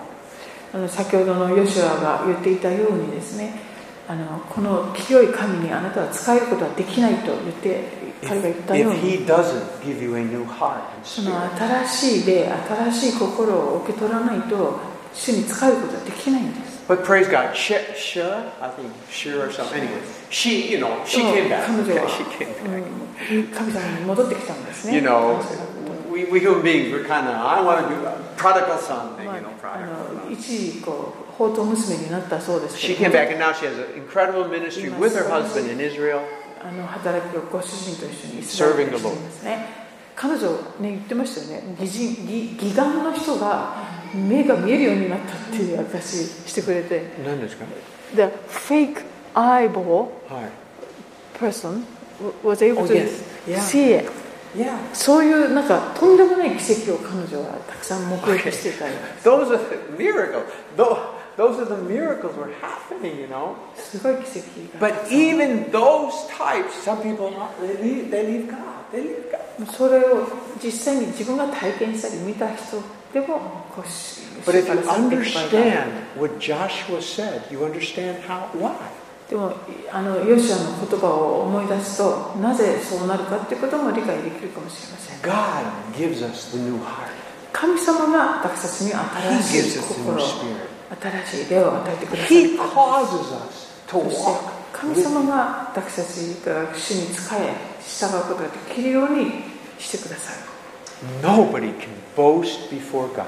[SPEAKER 1] あの先ほどのヨシュアが言っていたようにですねあのこの清い神にあなたは使えることはできないと言って彼が言っ
[SPEAKER 2] If,
[SPEAKER 1] たよう
[SPEAKER 2] if
[SPEAKER 1] に
[SPEAKER 2] He doesn't give you a new heart and
[SPEAKER 1] その
[SPEAKER 2] spirit.
[SPEAKER 1] 新しい霊新しい心を受け取らないと主に使えることはできないんです
[SPEAKER 2] But praise God, she, she, I think she or something. Anyway, she, you know, she
[SPEAKER 1] でも彼
[SPEAKER 2] came back.
[SPEAKER 1] 女
[SPEAKER 2] Okay,
[SPEAKER 1] は
[SPEAKER 2] she came back.
[SPEAKER 1] うん神様に戻ってきたんですね
[SPEAKER 2] You know,
[SPEAKER 1] 感謝があって
[SPEAKER 2] we, we human beings, we're kind of, I want to do a prodigal son thing,
[SPEAKER 1] まあ
[SPEAKER 2] you know,
[SPEAKER 1] あ
[SPEAKER 2] prodigal.
[SPEAKER 1] の
[SPEAKER 2] son.
[SPEAKER 1] 一時こう宝刀娘になったそうです
[SPEAKER 2] She
[SPEAKER 1] け
[SPEAKER 2] came
[SPEAKER 1] ど
[SPEAKER 2] back and now she has an incredible ministry with her husband in Israel.
[SPEAKER 1] あの働きをご主人と一緒にイスラエルでしていますね彼女ね言ってましたよね義人義義眼の人が目が見えるようになったっていう私してくれて The fake eyeball
[SPEAKER 2] Hi.
[SPEAKER 1] person was able
[SPEAKER 2] Oh,
[SPEAKER 1] to
[SPEAKER 2] yes. Yeah.
[SPEAKER 1] see it
[SPEAKER 2] Yeah.
[SPEAKER 1] そういうなんかとんでもない奇跡を彼女はたくさん目撃してい たよ
[SPEAKER 2] Those are the miracles. Tho- Those are the miracles were happening, you know.
[SPEAKER 1] すごい奇跡が
[SPEAKER 2] But even those types, some people, they leave, they leave God. They leave God.
[SPEAKER 1] それを実際に自分が体験したり見た人でもこうし
[SPEAKER 2] But if
[SPEAKER 1] 主か
[SPEAKER 2] you
[SPEAKER 1] ら去っていく場合がある
[SPEAKER 2] understand what Joshua said, you understand how, why.
[SPEAKER 1] でもあのヨシュアの言葉を思い出すとなぜそうなるかっていうことも理解できるかもしれません
[SPEAKER 2] God gives us the new heart.
[SPEAKER 1] 神様が私たちに新
[SPEAKER 2] He gives
[SPEAKER 1] しい
[SPEAKER 2] us the
[SPEAKER 1] 心
[SPEAKER 2] new spirit.
[SPEAKER 1] 新しい霊を与えてください
[SPEAKER 2] He causes us
[SPEAKER 1] そ
[SPEAKER 2] to
[SPEAKER 1] して
[SPEAKER 2] walk.
[SPEAKER 1] 神様が私たちが主に仕え従うことができるようにしてください
[SPEAKER 2] Nobody can boast before God.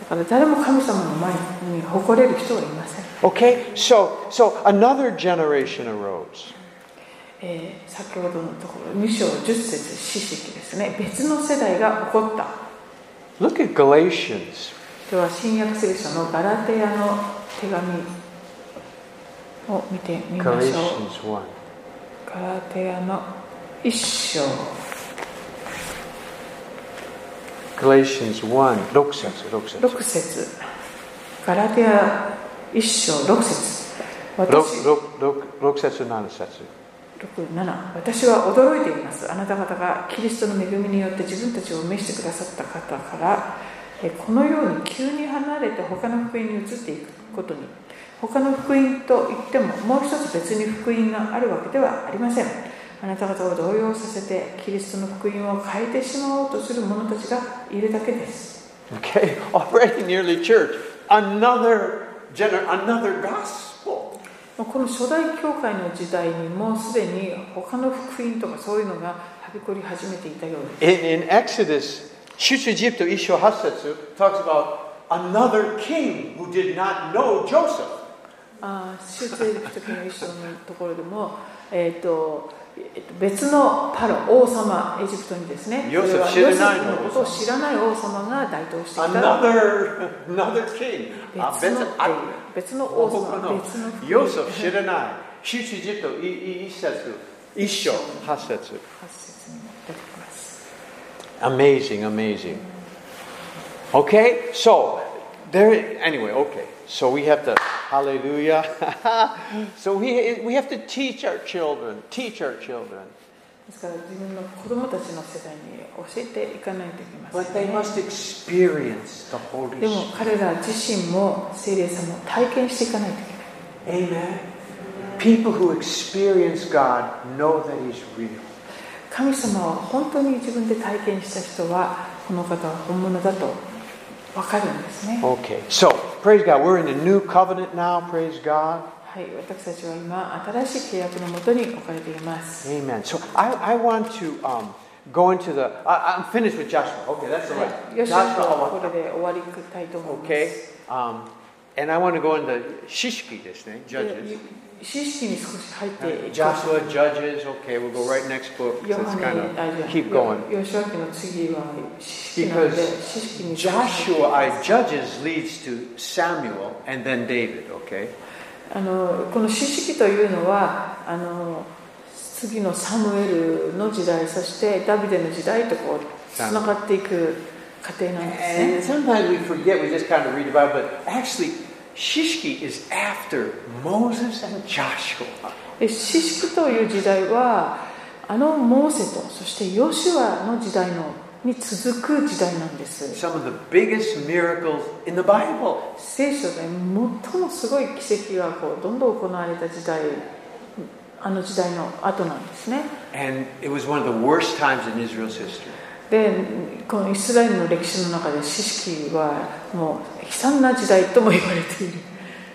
[SPEAKER 1] だから誰も神様の前に誇れる人はいません、
[SPEAKER 2] Okay, so so another generation arose.
[SPEAKER 1] えー先ほどのところ2章10節四式ですね別の世代が起こった
[SPEAKER 2] Look at Galatians.
[SPEAKER 1] では新約聖書のガラテヤの手紙を見てみましょ
[SPEAKER 2] Galatians 1.
[SPEAKER 1] うガラテヤの一章
[SPEAKER 2] Galatians 1. 6節6節
[SPEAKER 1] 六節ガラテヤ一章六節私
[SPEAKER 2] 6節7節
[SPEAKER 1] 六七私は驚いていますあなた方がキリストの恵みによって自分たちを召してくださった方からえこのように急に離れて他の福音に移っていくことに他の福音といってももう一つ別に福音があるわけではありませんあなた方を動揺させてキリストの福音を変えてしまおうとする者たちがいるだけです
[SPEAKER 2] Okay, already nearly church. Another gener- another gospel.
[SPEAKER 1] もうこの初代教会の時代にもうすでに他の福音とかそういうのがはびこり始めていたようです
[SPEAKER 2] In, in Exodus 出エジプト一章八節 talks about another king who did not know Joseph.
[SPEAKER 1] あー出エジプト記の一章のところでも、えーとえーと別のパロ王様エジプトにですね
[SPEAKER 2] ヨセフ
[SPEAKER 1] それは
[SPEAKER 2] 知らな
[SPEAKER 1] ヨセフ
[SPEAKER 2] い
[SPEAKER 1] のことを知らない王様が台頭していた
[SPEAKER 2] Another, another king. Ah, あ
[SPEAKER 1] 別
[SPEAKER 2] 別
[SPEAKER 1] の
[SPEAKER 2] あ
[SPEAKER 1] 別の王
[SPEAKER 2] 王
[SPEAKER 1] 様
[SPEAKER 2] 国の
[SPEAKER 1] 別の福音
[SPEAKER 2] ヨセフ知らない。出エジプトいい一節一章八節
[SPEAKER 1] 発説に出てきます
[SPEAKER 2] Amazing, amazing. Okay, so there. Anyway, okay. So we have to hallelujah. so we we have to teach our children, teach our children,
[SPEAKER 1] ですから自分の子供たちの世代に教えていかないといけません
[SPEAKER 2] but they must experience the Holy
[SPEAKER 1] でも
[SPEAKER 2] Spirit.
[SPEAKER 1] 彼ら自身も聖霊様を体験していかないといけない
[SPEAKER 2] Amen. People who experience God know that He's real.
[SPEAKER 1] 神様は本当に自分で体験した人はこの方は本物だと分かるんですね
[SPEAKER 2] Okay, so praise God. We're in the new covenant now. Praise God.
[SPEAKER 1] はい私たちは今新しい契約のもとに置かれています
[SPEAKER 2] Amen. So I, I want to um, go into the. I, I'm finished with Joshua. Okay, that's all
[SPEAKER 1] はい
[SPEAKER 2] right.
[SPEAKER 1] よしあ
[SPEAKER 2] Joshua,
[SPEAKER 1] と
[SPEAKER 2] I
[SPEAKER 1] は
[SPEAKER 2] want-
[SPEAKER 1] これで終わりたいと思います
[SPEAKER 2] Okay. Um, and I want to go into Shishki this thing,
[SPEAKER 1] で
[SPEAKER 2] Judges.
[SPEAKER 1] 知識に少し入っていきます
[SPEAKER 2] Joshua, Judges. Okay, we'll go right next book.
[SPEAKER 1] ヨ
[SPEAKER 2] So
[SPEAKER 1] ハ
[SPEAKER 2] it's
[SPEAKER 1] ネあ
[SPEAKER 2] kind
[SPEAKER 1] じゃ
[SPEAKER 2] of
[SPEAKER 1] あ
[SPEAKER 2] keep going.
[SPEAKER 1] ヨシュア記の次は知識なので
[SPEAKER 2] Because
[SPEAKER 1] 知識に少し入っていき
[SPEAKER 2] Joshua,
[SPEAKER 1] ます
[SPEAKER 2] I, Judges leads to Samuel and then David. Okay.
[SPEAKER 1] あのこの「詩式」というのはあの次のサムエルの時代そしてダビデの時代とこうつながっていく過程なんですね
[SPEAKER 2] And sometimes we forget. We just kind of read the Bible, but actually, Shishki is after Moses and Joshua.
[SPEAKER 1] で詩式という時代はあのモーセとそしてヨシュアの時代のに続く時代なんです
[SPEAKER 2] Some of the biggest miracles in the Bible.
[SPEAKER 1] 聖書で最もすごい奇跡がこうどんどん行われた時代あの時代の後なんですね
[SPEAKER 2] And it was one of the worst times in Israel's history.
[SPEAKER 1] でこのイスラエルの歴史の中で知識はもう悲惨な時代とも言われている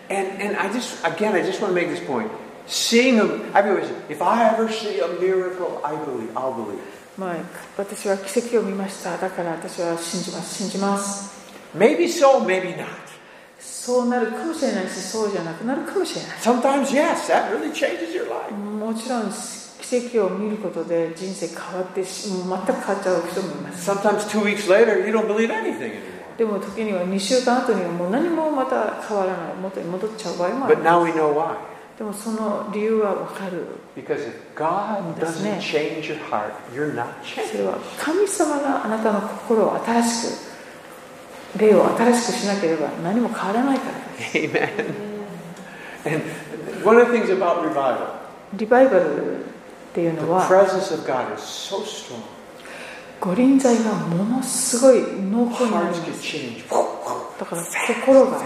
[SPEAKER 2] And, and I just, again, I just want to make this point. Seeing them, I've always, if I ever see a miracle, I believe, I'll believe.
[SPEAKER 1] まあ私は奇跡を見ましただから私は信じます信じます
[SPEAKER 2] Maybe so, maybe not.
[SPEAKER 1] そうなるかもしれないしそうじゃなくなるかもしれな
[SPEAKER 2] Sometimes, yes, that really changes your life.
[SPEAKER 1] いもちろん奇跡を見ることで人生変わってしもう全く変わっちゃう人もいます
[SPEAKER 2] Sometimes two weeks later, you don't believe anything anymore.
[SPEAKER 1] でも時には2週間後にはもう何もまた変わらない元に戻っちゃう場合もあ
[SPEAKER 2] But
[SPEAKER 1] る
[SPEAKER 2] now we know why.
[SPEAKER 1] でもその理由はわかる
[SPEAKER 2] Because if God
[SPEAKER 1] That's
[SPEAKER 2] doesn't
[SPEAKER 1] it.
[SPEAKER 2] change your heart, you're not changed.
[SPEAKER 1] それは神様があなたの心を新しく霊を新しくしなければ何も変わらないからです
[SPEAKER 2] Amen. And one of the things about revival,
[SPEAKER 1] リバイバルっていう
[SPEAKER 2] the
[SPEAKER 1] のは
[SPEAKER 2] presence of God is so strong.
[SPEAKER 1] 五輪際がものすごい濃厚になり
[SPEAKER 2] Hearts
[SPEAKER 1] ま
[SPEAKER 2] get
[SPEAKER 1] す
[SPEAKER 2] changed.
[SPEAKER 1] だから心が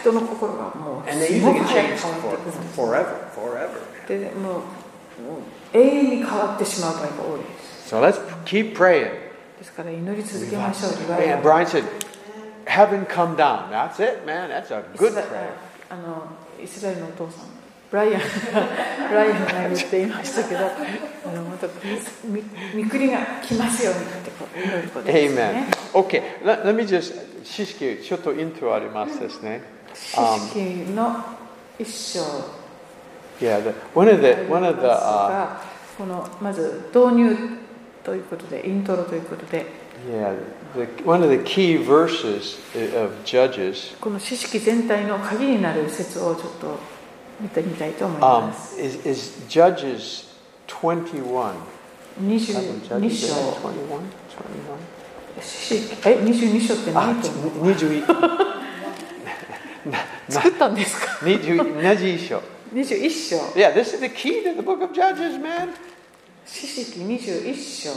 [SPEAKER 1] 人の心がもう
[SPEAKER 2] And they
[SPEAKER 1] すご
[SPEAKER 2] usually
[SPEAKER 1] く
[SPEAKER 2] get
[SPEAKER 1] 早く
[SPEAKER 2] changed
[SPEAKER 1] 変わ
[SPEAKER 2] for,
[SPEAKER 1] ってくるんで
[SPEAKER 2] forever, forever.
[SPEAKER 1] すでもうもう永遠に変わってしまう場合が多いです
[SPEAKER 2] So let's keep praying.
[SPEAKER 1] ですから祈り続けましょうリバイバル
[SPEAKER 2] And Brian said, Heaven come down. That's it, man. That's a
[SPEAKER 1] イ
[SPEAKER 2] good
[SPEAKER 1] スラ
[SPEAKER 2] prayer.
[SPEAKER 1] あのイスラエルのお父さんブライアンが ブライアンが言っていましたけどあのまたみみくりが来ますようにってこう祈ることですね
[SPEAKER 2] Amen. Okay, let, let me just. 知識ちょっとイントありますですね。
[SPEAKER 1] 四
[SPEAKER 2] Um,
[SPEAKER 1] 式の一章
[SPEAKER 2] Yeah, the, one of the one of the
[SPEAKER 1] です
[SPEAKER 2] uh,
[SPEAKER 1] がこのまず導入ということでイントロということで
[SPEAKER 2] yeah the, one of the key verses of Judges
[SPEAKER 1] この知識全体の鍵になる説をちょっと見てみたいと思い
[SPEAKER 2] um,
[SPEAKER 1] ます
[SPEAKER 2] is, is Judges twenty one.
[SPEAKER 1] 22章
[SPEAKER 2] twenty one. Twenty one.
[SPEAKER 1] 知識え22章って
[SPEAKER 2] あ
[SPEAKER 1] 何と思う
[SPEAKER 2] 21
[SPEAKER 1] 作ったんですか
[SPEAKER 2] 21章
[SPEAKER 1] 21章
[SPEAKER 2] Yeah, this is the key to the book of Judges, man.
[SPEAKER 1] 知識21章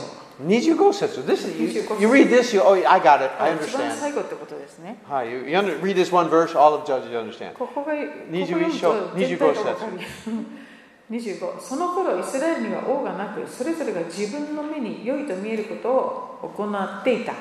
[SPEAKER 2] 25節 This is, you,
[SPEAKER 1] 25
[SPEAKER 2] you read this, you, oh, I got it, I
[SPEAKER 1] 一番
[SPEAKER 2] understand.
[SPEAKER 1] 最後ってことですね
[SPEAKER 2] Hi, you, you under, read this one verse, all of Judges, you understand.
[SPEAKER 1] ここが
[SPEAKER 2] 21章
[SPEAKER 1] ここの全体がわかる25その頃イスラエルには王がなくそれぞれが自分の目に良いと見えることを行っていた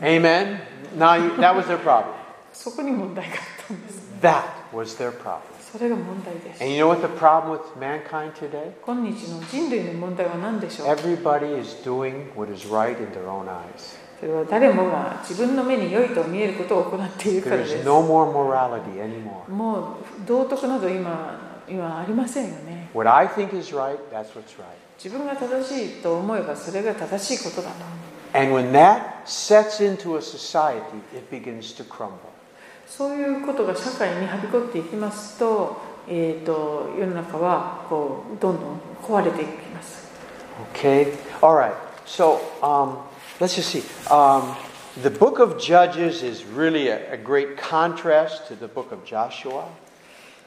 [SPEAKER 2] Amen. Now, you, that was their problem.
[SPEAKER 1] そこに問題があったんです
[SPEAKER 2] That was their problem.
[SPEAKER 1] それが問題です
[SPEAKER 2] And you know what the problem with mankind today?
[SPEAKER 1] 今日の人類の問題は何でしょう
[SPEAKER 2] Everybody is doing what is right in their own eyes.
[SPEAKER 1] それは誰もが自分の目に良いと見えることを行っているからで
[SPEAKER 2] There is
[SPEAKER 1] す
[SPEAKER 2] no more morality anymore.
[SPEAKER 1] もう道徳など今今ありませんよね
[SPEAKER 2] What I think is right, that's what's right.
[SPEAKER 1] 自分が正しいと思えばそれが正しいことだと
[SPEAKER 2] And when that sets into a society, it begins to crumble.
[SPEAKER 1] そういうことが社会にはびこっていきますと,、えー、と世の中はこうどんどん壊れていきます
[SPEAKER 2] Okay? All right. So um, let's just see. Um, the book of Judges is really a, a great contrast to the book of Joshua.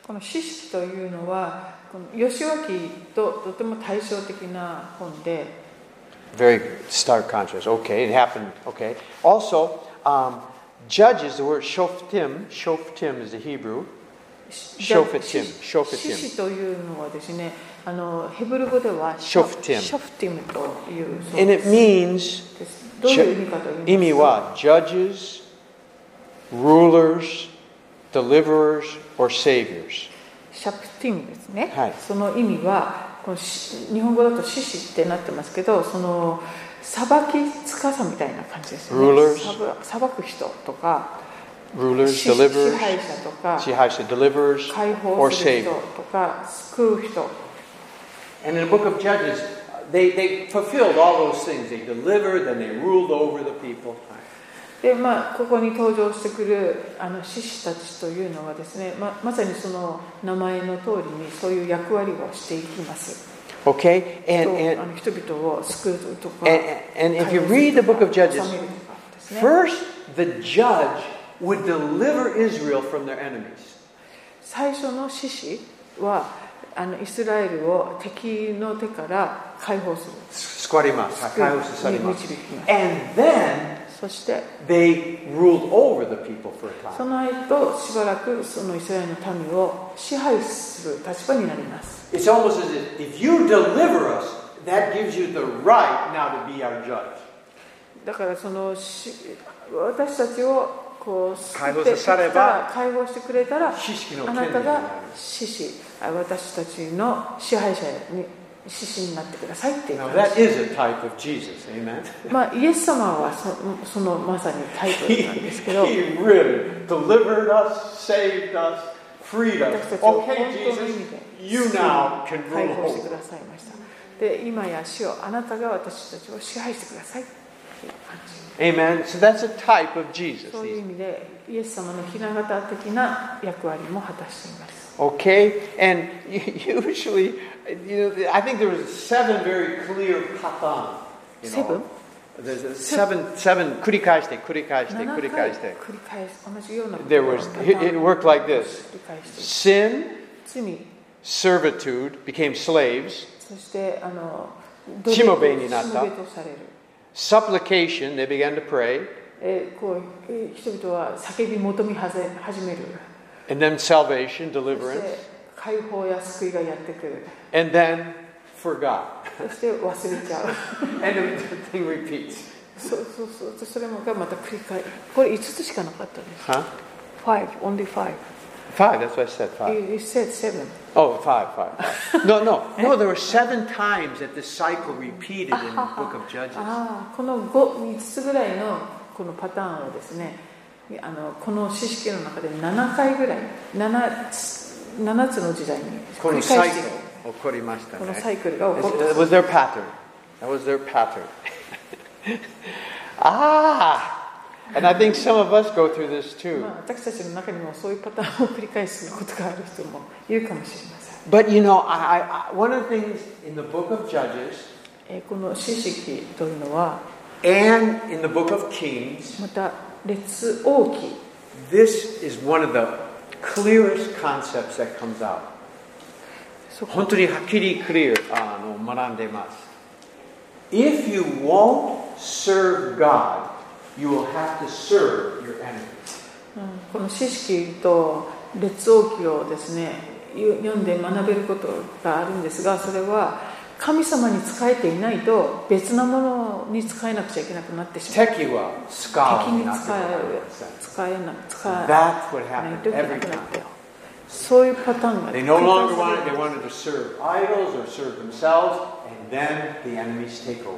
[SPEAKER 1] この「知識」というのはこの吉脇ととても対照的な本で
[SPEAKER 2] Very stark contrast. Okay, it happened. Okay. Also, um, Judges, the word shoftim, shoftim is the Hebrew. ショフティムショフティム
[SPEAKER 1] シシというのはですねあのヘブル語では
[SPEAKER 2] ショフティム
[SPEAKER 1] ショフティムというそう
[SPEAKER 2] And it
[SPEAKER 1] で
[SPEAKER 2] means
[SPEAKER 1] すどういう意味かと言いますと
[SPEAKER 2] Imi wa? Judges, rulers, deliverers, or saviors.
[SPEAKER 1] シャプティムですね、
[SPEAKER 2] はい
[SPEAKER 1] その意味はこのし日本語だと「獅子」ってなってますけどその裁きつかさみたいな感じですよね
[SPEAKER 2] Rulers
[SPEAKER 1] 裁裁く人とか
[SPEAKER 2] Rulers,
[SPEAKER 1] 支支配
[SPEAKER 2] deliverers,
[SPEAKER 1] 者とか
[SPEAKER 2] Shihaisha, deliverers,
[SPEAKER 1] 解
[SPEAKER 2] or
[SPEAKER 1] 放する
[SPEAKER 2] saviors.
[SPEAKER 1] 人とか救う人
[SPEAKER 3] And in the book of Judges, they, they fulfilled all those things. They delivered, then they ruled over the people.
[SPEAKER 1] でまあここに登場してくるあの獅子たちというのはですねままさにその名前の通りにそういう役割をしていきます
[SPEAKER 2] Okay?
[SPEAKER 1] とあ
[SPEAKER 2] And,
[SPEAKER 1] の
[SPEAKER 2] and,
[SPEAKER 1] 人々を救うとか
[SPEAKER 2] and, and if you
[SPEAKER 1] 解放する
[SPEAKER 2] read the
[SPEAKER 1] と
[SPEAKER 2] book
[SPEAKER 1] か
[SPEAKER 2] of Judges,
[SPEAKER 1] 治めるとかですね
[SPEAKER 3] First, the judge would deliver Israel from their enemies.
[SPEAKER 1] 最初の獅子はあのイスラエルを敵の手から解放する
[SPEAKER 3] Squarimas,
[SPEAKER 1] に
[SPEAKER 3] hakaiusasarimas.
[SPEAKER 1] 導きます
[SPEAKER 3] And then
[SPEAKER 1] そして
[SPEAKER 3] they ruled over the people for a
[SPEAKER 1] そ
[SPEAKER 3] time.
[SPEAKER 1] の後しばらくそのイスラエルの民を支配する立場になります
[SPEAKER 3] It's almost as if if you deliver us, that gives you the right now to be our judge.
[SPEAKER 1] だからそのし私たちをこう
[SPEAKER 2] 解放されば
[SPEAKER 1] 解放してくれたらあなたが
[SPEAKER 3] 知識の権利になる。
[SPEAKER 1] 獅子あ私たちの支配者に獅子になってくださいっていう
[SPEAKER 3] Now
[SPEAKER 1] 感
[SPEAKER 3] that
[SPEAKER 1] じ
[SPEAKER 3] is a type of Jesus, amen.
[SPEAKER 1] まあイエス様はそそのまさにタイプ
[SPEAKER 3] He,
[SPEAKER 1] なんです けど
[SPEAKER 3] he really delivered us, saved us, freed
[SPEAKER 1] 私
[SPEAKER 3] us.
[SPEAKER 1] たちを本当の
[SPEAKER 3] Okay, Jesus,
[SPEAKER 1] 意味で
[SPEAKER 3] you now can
[SPEAKER 1] 解
[SPEAKER 3] rule
[SPEAKER 1] 放してく
[SPEAKER 3] over.
[SPEAKER 1] ださいましたで今や主よあなたが私たちを支配してくださいっていう感じ
[SPEAKER 2] amen. So that's a type of Jesus.
[SPEAKER 1] そういう意味でイエス様の雛形的な役割も果たしています
[SPEAKER 2] Okay? And
[SPEAKER 3] Usually, you know, I think there was seven very clear katan. You know.
[SPEAKER 1] Seven?
[SPEAKER 3] There's a seven.
[SPEAKER 2] seven, seven, 繰り返して,繰り返して,
[SPEAKER 1] 7回
[SPEAKER 2] 繰り返して.
[SPEAKER 1] 繰り返す同じようなこと
[SPEAKER 2] There was,
[SPEAKER 1] パター
[SPEAKER 2] it, it
[SPEAKER 1] ンを
[SPEAKER 2] worked like this
[SPEAKER 1] 繰り返して
[SPEAKER 2] sin,
[SPEAKER 1] 罪
[SPEAKER 2] servitude, became slaves,
[SPEAKER 1] そしてあの
[SPEAKER 2] しもべになった
[SPEAKER 1] しもべとされる
[SPEAKER 2] supplication, they began to pray,
[SPEAKER 1] えーこうえー人々は叫び求め始める
[SPEAKER 2] and then
[SPEAKER 1] そして
[SPEAKER 2] salvation, deliverance,
[SPEAKER 1] 解放や救いがやってくる
[SPEAKER 2] and then forgot.
[SPEAKER 1] そして忘れ ちゃう
[SPEAKER 3] And the thing repeats.
[SPEAKER 1] そうそうそう、それもがまた繰り返これ5つしかなかったんです。
[SPEAKER 2] Huh?
[SPEAKER 1] Five, only five.
[SPEAKER 2] Five, that's what I said, five.
[SPEAKER 1] You, you said seven.
[SPEAKER 2] Oh, five, five. No, no,
[SPEAKER 3] No, there were seven times that this cycle repeated in the book of Judges.
[SPEAKER 1] ああ、この5、5つぐらいのこのパターンをですね、あのこの知識の中で7回ぐらい、7つ ,7 つの時代に繰り返していくこのサイクルが起こっ
[SPEAKER 2] That was their pattern. That was their pattern. ah! And I think some of us go through this
[SPEAKER 1] た。
[SPEAKER 2] too.
[SPEAKER 1] まあ、私たちの中にもそういうパターンを繰り返すことがある人もいるかもしれません。
[SPEAKER 2] But you know,
[SPEAKER 3] I, I, one of the things in the book of Judges
[SPEAKER 1] えーこの知識というのは、
[SPEAKER 3] and in the book of Kings,
[SPEAKER 1] また列王記
[SPEAKER 3] this is one of the clearest concepts that comes out.
[SPEAKER 1] そこ
[SPEAKER 3] 本当にはっきり clear あの学んでいます。If you won't serve God, you will have to serve your enemies.
[SPEAKER 1] うんこの知識と列王記をですねゆ読んで学べることがあるんですがそれは神様に仕えていないと別なものに仕えなくちゃいけなくなってしまう敵に仕え
[SPEAKER 3] 敵は使わなくなっている。That's
[SPEAKER 1] 使えな使え
[SPEAKER 3] what
[SPEAKER 1] ない
[SPEAKER 3] happened
[SPEAKER 1] といけな
[SPEAKER 3] every
[SPEAKER 1] くな
[SPEAKER 3] time.
[SPEAKER 1] ったよそういうパターンが
[SPEAKER 3] They no longer
[SPEAKER 1] 繰
[SPEAKER 3] wanted, they
[SPEAKER 1] り返される
[SPEAKER 3] wanted to serve idols or serve themselves, and then the enemies take over.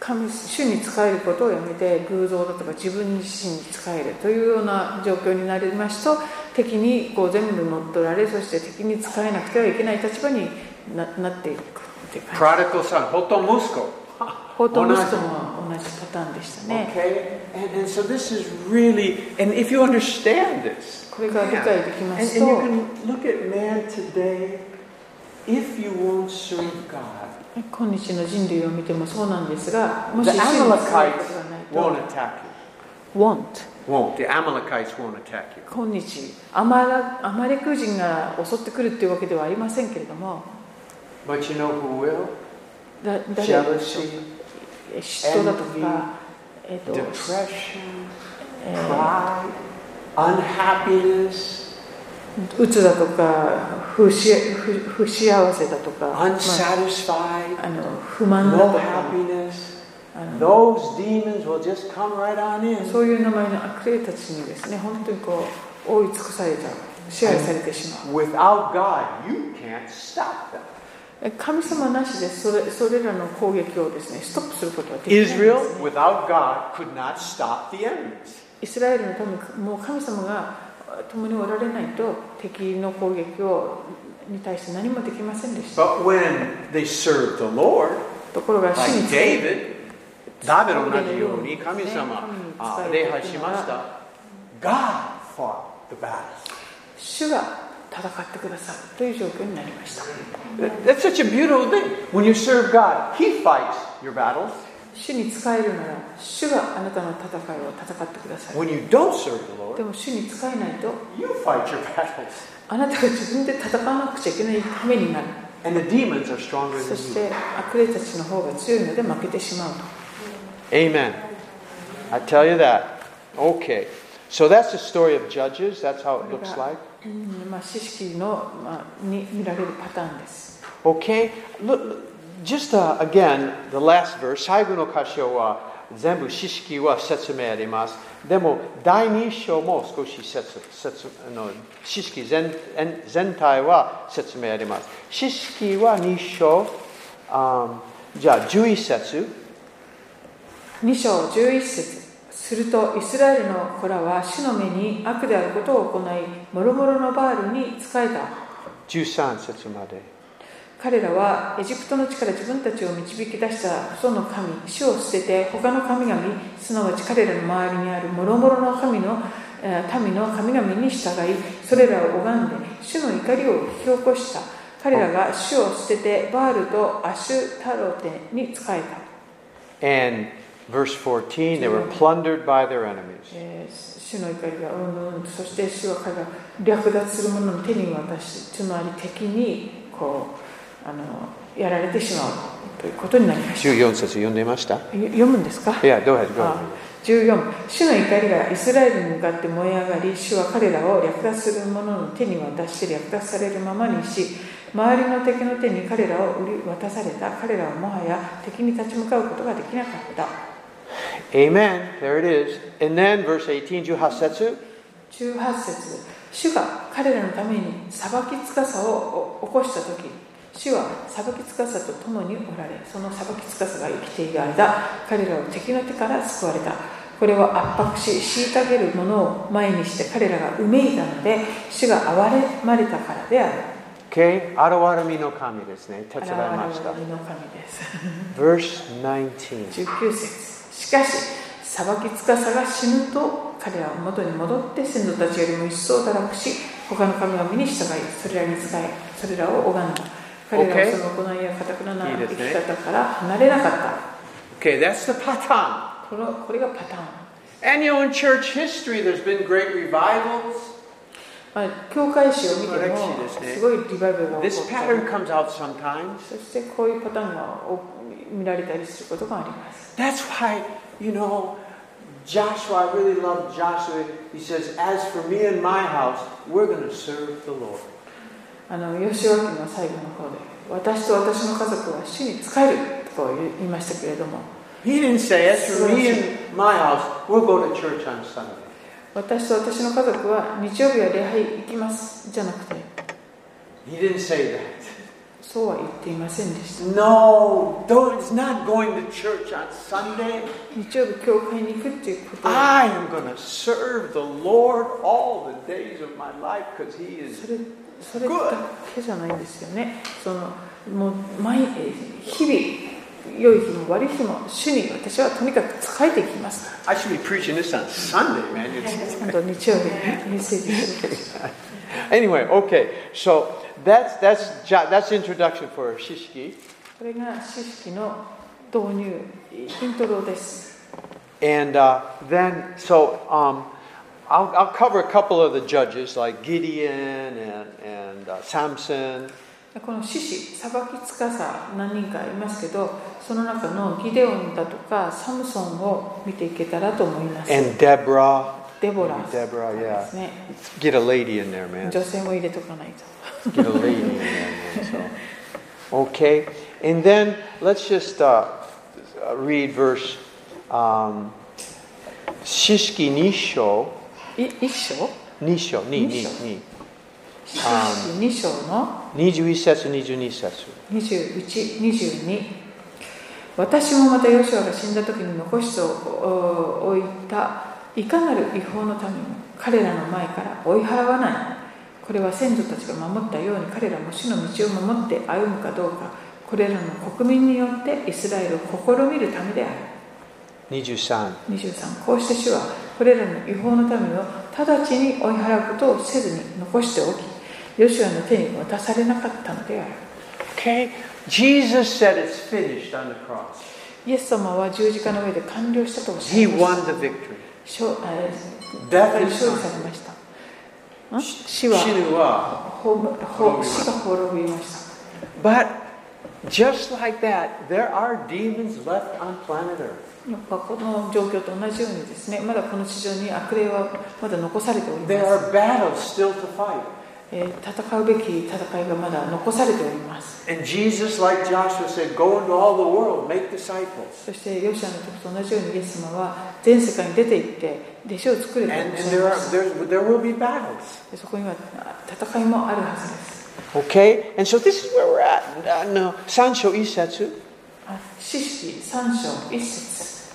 [SPEAKER 1] 神主に仕えることをやめて偶像だとか自分自身に仕えるというような状況になりますと敵にこう全部乗っ取られそして敵に仕えなくてはいけない立場にななっていくっていう感
[SPEAKER 3] Prodigal son, hoto musko.
[SPEAKER 1] じ法と息子も同じパターンでしたね
[SPEAKER 3] Okay? And, and so this is really, and if you understand this,
[SPEAKER 1] これが理解できま
[SPEAKER 3] and,
[SPEAKER 1] す
[SPEAKER 3] and you
[SPEAKER 1] と
[SPEAKER 3] can look at man today, if you won't serve God,
[SPEAKER 1] 今日の人類を見てもそうなんですがもし
[SPEAKER 3] The
[SPEAKER 1] 主に仕えることがない
[SPEAKER 3] won't attack you.
[SPEAKER 1] と want
[SPEAKER 3] Won't. The Amalekites won't attack you.
[SPEAKER 1] 今日アマラアマレク人が襲ってくるっていうわけではありませんけれども
[SPEAKER 3] But you know who will?
[SPEAKER 1] だ誰嫉
[SPEAKER 3] Jealousy,
[SPEAKER 1] 妬だとか、えっと
[SPEAKER 3] depression,
[SPEAKER 1] え
[SPEAKER 3] pride, unhappiness,
[SPEAKER 1] うつだとか不し不不幸せだとか、まあ
[SPEAKER 3] unsatisfied,
[SPEAKER 1] あの不満だ
[SPEAKER 3] no
[SPEAKER 1] とか
[SPEAKER 3] happiness.
[SPEAKER 1] あの
[SPEAKER 3] Those demons will just come right on in.
[SPEAKER 1] そういう名前の悪霊たちにですね本当にこう覆い尽くされた支配されてしまう
[SPEAKER 3] Without God, you can't stop them.
[SPEAKER 1] 神様なしでそれそれらの攻撃をですねストップすることはできないんですね、
[SPEAKER 3] Israel, without God, could not stop the enemies.
[SPEAKER 1] イスラエルの民もう神様が共におられないと敵の攻撃をに対して何もできませんでした。
[SPEAKER 3] But when they served the Lord,
[SPEAKER 1] ところが主に
[SPEAKER 3] like
[SPEAKER 1] 仕え
[SPEAKER 3] David, ダビデの同じように神様あ礼拝しました。God fought the battle.
[SPEAKER 1] 主が戦ってくださるという状況になりました。
[SPEAKER 3] That- That's such a beautiful thing. When you serve God, He fights your battles.
[SPEAKER 1] 主に仕えるなら主があなたの戦いを戦ってくださ
[SPEAKER 3] When you don't serve the
[SPEAKER 1] い。で
[SPEAKER 3] Lord,
[SPEAKER 1] も主に仕えないと
[SPEAKER 3] you fight your battles.
[SPEAKER 1] あなたが自分で戦わなくちゃいけないためになる。
[SPEAKER 3] And the demons are stronger
[SPEAKER 1] そ
[SPEAKER 3] than
[SPEAKER 1] し
[SPEAKER 3] you.
[SPEAKER 1] て悪霊たちの方が強いので負けてしまうと。
[SPEAKER 2] Amen. I tell you that. Okay. So that's the story of Judges. That's how it looks like.
[SPEAKER 1] うんまあ、知識の、まあ、に見られるパターンです。
[SPEAKER 2] Okay. Look, look, just uh, again, the last verse. 最後の箇所は全部知識は説明あります。でも、第2章も少し説説あの知識全全全体は説明あります。知識は2章、あーじゃあ11節。
[SPEAKER 1] 2章11節するとイスラエルの子らは主の目に悪であることを行いもろもろのバールに仕えた
[SPEAKER 2] 13節まで。
[SPEAKER 1] 彼らはエジプトの地から自分たちを導き出した祖の神主を捨てて他の神々すなわち彼らの周りにあるもろもろの神のえー民の神々に従いそれらを拝んで主の怒りを引き起こした彼らが主を捨ててバールとアシュタロテに仕えた
[SPEAKER 2] And verse 14, they were plundered by their enemies.
[SPEAKER 1] えー主の怒りがうんうんそして主は彼が略奪する者の手に渡しつまり敵にこうあのやられてしまうということになりましたよ
[SPEAKER 2] 14節読んでいました
[SPEAKER 1] 読むんですか
[SPEAKER 2] Yeah, go ahead, go
[SPEAKER 1] あ
[SPEAKER 2] ahead.
[SPEAKER 1] 14主の怒りがイスラエルに向かって燃え上がり主は彼らを略奪する者の手に渡して略奪されるままにし周りの敵の手に彼らを売り渡された彼らはもはや敵に立ち向かうことができなかった
[SPEAKER 2] Amen. There it is. And then verse 18, 18節
[SPEAKER 1] 18節主が彼らのために裁きつかさを起こした時主は裁きつかさと共におられその裁きつかさが生きている間彼らを敵の手から救われたこれを圧迫し虐げる者を前にして彼らがうめいたので主が憐れまれたからである
[SPEAKER 2] Okay, 現れみの神ですね。手伝いまし
[SPEAKER 1] 現
[SPEAKER 2] た
[SPEAKER 1] れ。るの神です
[SPEAKER 2] Verse 19.
[SPEAKER 1] 19節しかし裁きつかさが死ぬと彼らは元に戻って先祖たちよりも一層堕落し他の神々に従いそれらに使いそれらを拝んだ彼ら
[SPEAKER 2] Okay.
[SPEAKER 1] はその行いやかたくなな
[SPEAKER 3] い
[SPEAKER 1] い生
[SPEAKER 3] です
[SPEAKER 1] き
[SPEAKER 3] ね
[SPEAKER 1] 方から離れなかった
[SPEAKER 3] Okay, that's the pattern.
[SPEAKER 1] このこれがパターン、
[SPEAKER 3] And you know, in church history, there's been great revivals.
[SPEAKER 1] まあ、教会史を見て
[SPEAKER 3] これ歴
[SPEAKER 1] も
[SPEAKER 3] 史ですね
[SPEAKER 1] すごいリバイバルが起
[SPEAKER 3] This
[SPEAKER 1] こった
[SPEAKER 3] pattern comes out sometimes.
[SPEAKER 1] そしてこういうパターンが多く見られたりすることがあります
[SPEAKER 3] That's why, you know, Joshua, I really love Joshua. He says, As for me and my house, we're going to serve the Lord.
[SPEAKER 1] あの吉脇の最後の方で私と私の家族は主に仕えると言いましたけれども
[SPEAKER 3] He didn't say, As for me and my house, we'll go to church on Sunday.
[SPEAKER 1] 私と私の家族は日曜日は礼拝行きますじゃなくて
[SPEAKER 3] He didn't say that.
[SPEAKER 1] そうは言っていませんでした
[SPEAKER 2] No, though it's not going to church on Sunday.
[SPEAKER 1] 日曜日教会に行くっていうことは
[SPEAKER 2] I am going to serve the Lord all the days of my life because He
[SPEAKER 1] そ
[SPEAKER 2] is.
[SPEAKER 1] れそれだけじゃないんですよねそのもう毎えー日々良い日も悪い日も主に私はとにかく使えていきます
[SPEAKER 2] I should be preaching this on Sunday, man. It's-
[SPEAKER 1] 今度日曜日にメッセージする
[SPEAKER 4] Anyway, okay. So that's that's ja- that's introduction for Shishki,
[SPEAKER 1] これが知識の導入イントロです
[SPEAKER 4] and uh, then so um, I'll, I'll cover a couple of the judges like Gideon and and uh, Samson.
[SPEAKER 1] この獅子裁きつかさ何人かいますけどその中のギデオンだとかサムソンを見ていけたらと思います
[SPEAKER 4] And Deborah,
[SPEAKER 1] デボラ
[SPEAKER 4] Deborah,
[SPEAKER 1] で
[SPEAKER 4] yeah.
[SPEAKER 1] すね
[SPEAKER 4] Get a lady in there, man.
[SPEAKER 1] 女性も入れとかないと
[SPEAKER 4] Get a lady in there, man. So, okay. And then let's just uh, uh, read verse um, Shishki Nisho,
[SPEAKER 1] い一章
[SPEAKER 4] Nisho, ni, ni,
[SPEAKER 1] Nisho.
[SPEAKER 4] ni.
[SPEAKER 1] 獅子二章の
[SPEAKER 4] 21節、22節。
[SPEAKER 1] 2122私もまたヨシュアが死んだ時に残しておいたいかなる違法の民も彼らの前から追い払わないこれは先祖たちが守ったように彼らも主の道を守って歩むかどうかこれらの国民によってイスラエルを試みるためである
[SPEAKER 4] 23
[SPEAKER 1] 23こうして主はこれらの違法の民を直ちに追い払うことをせずに残しておきヨシュアの手に渡されなかったのである
[SPEAKER 2] Okay, Jesus said it's finished on the cross.
[SPEAKER 1] イエス様は十字架の上で完了したとおっしゃ
[SPEAKER 2] He
[SPEAKER 1] いま
[SPEAKER 2] won the victory.
[SPEAKER 1] しょえー
[SPEAKER 2] Death
[SPEAKER 1] 勝利
[SPEAKER 2] is
[SPEAKER 1] され
[SPEAKER 2] conquered.
[SPEAKER 1] ましたん死は
[SPEAKER 2] Shinua.
[SPEAKER 1] ほほ死が滅びました
[SPEAKER 2] But just like that, there are demons left on planet Earth.
[SPEAKER 1] やっぱこの状況と同じようにですねまだこの地上に悪霊はまだ残されており
[SPEAKER 2] There
[SPEAKER 1] ます、
[SPEAKER 2] are battles still to fight.
[SPEAKER 1] えー戦うべき戦いがまだ残されております
[SPEAKER 2] And Jesus, like Joshua said, go into all the world, make disciples.
[SPEAKER 1] そしてヨシアの時と同じようにイエス様は全世界に出て行って弟子を作れ
[SPEAKER 2] And,
[SPEAKER 1] とおっ
[SPEAKER 2] and
[SPEAKER 1] しゃい
[SPEAKER 2] there,
[SPEAKER 1] ま
[SPEAKER 2] are,
[SPEAKER 1] した
[SPEAKER 2] there, there will be battles.
[SPEAKER 1] でそこには戦いもあるはずです
[SPEAKER 4] Okay, and so this is where we're at. Uh, no, 3章1節。
[SPEAKER 1] あ四式三章一節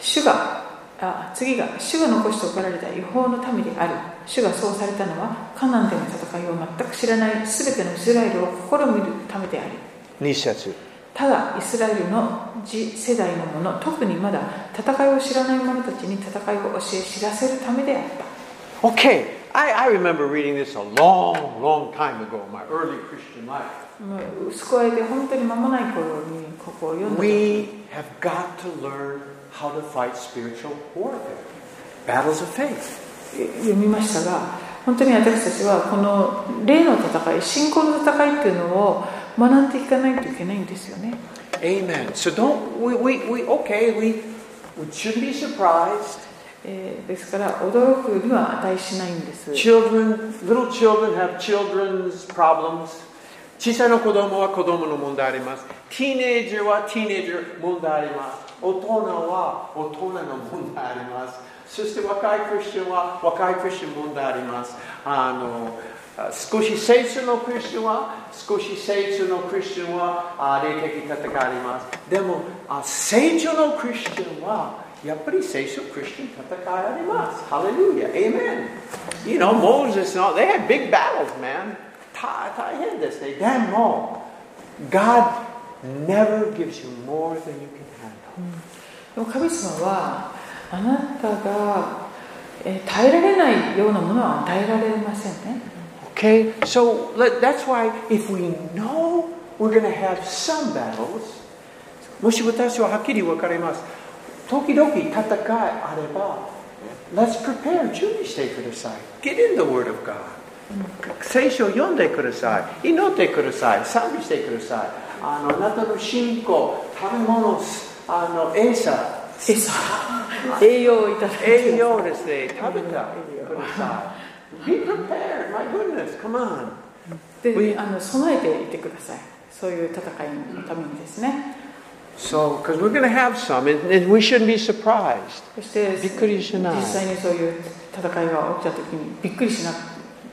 [SPEAKER 1] 主があ次が主が残しておられた違法の民である主がそうされたのはカナンでの戦いを全く知らない全てのイスラエルを試みるためであり
[SPEAKER 4] 2節。
[SPEAKER 1] ただイスラエルの次世代の者特にまだ戦いを知らない者たちに戦いを教え知らせるためであった
[SPEAKER 4] Okay, I, I remember reading this a long, long time ago, my early Christian life.
[SPEAKER 1] もう薄くあえて本当に間もない頃にここを読んだ
[SPEAKER 2] We have got to learn how to fight spiritual warfare, battles of faith.
[SPEAKER 1] 読みましたが本当に私たちはこの霊の戦い信仰の戦いっていうのを学んでいかないといけないんですよね
[SPEAKER 2] Amen. So don't, we, we, we okay, we, we shouldn't be surprised.
[SPEAKER 1] えーですから驚くには値しないんです
[SPEAKER 2] Children, little children have children's problems. 小さな子供は子供の問題あります。ティーネージャーはティーネージャー問題あります。大人は大人の問題あります。そして若いクリスチャンは若いクリスチャン問題あります。あのあ少し成長のクリスチャンは少し成長のクリスチャンはあ霊的戦いがあります。でもあ成長のクリスチャンはやっぱり聖書クリスチャン戦いあります。ハレルヤ。Amen. You know, Moses and all, they had big battles, man. 大大変ですね。でも、God never gives you more than you can handle.
[SPEAKER 1] でも神様はあなたが、えー耐えられないようなものは与えられませんね
[SPEAKER 2] Okay? So let, that's why if we know we're going to have some battles, もし私ははっきり分かります。時々戦いあれば、Let's prepare. 準備してください。Get in the Word of God. 聖書を読んでください。祈ってください。賛美してください。あのあなたの信仰、食べ物、あの餌、
[SPEAKER 1] 餌栄養をいただいて
[SPEAKER 2] 栄養ですね。食べたください。Be prepared. My goodness. Come on.
[SPEAKER 1] であの備えていてくださいそういう戦いのためにですね
[SPEAKER 4] So, because we're going to have some, and, and we shouldn't be surprised.
[SPEAKER 1] そして
[SPEAKER 4] びっくりしない
[SPEAKER 1] 実際にそういう戦いが起きた時にびっくりしなく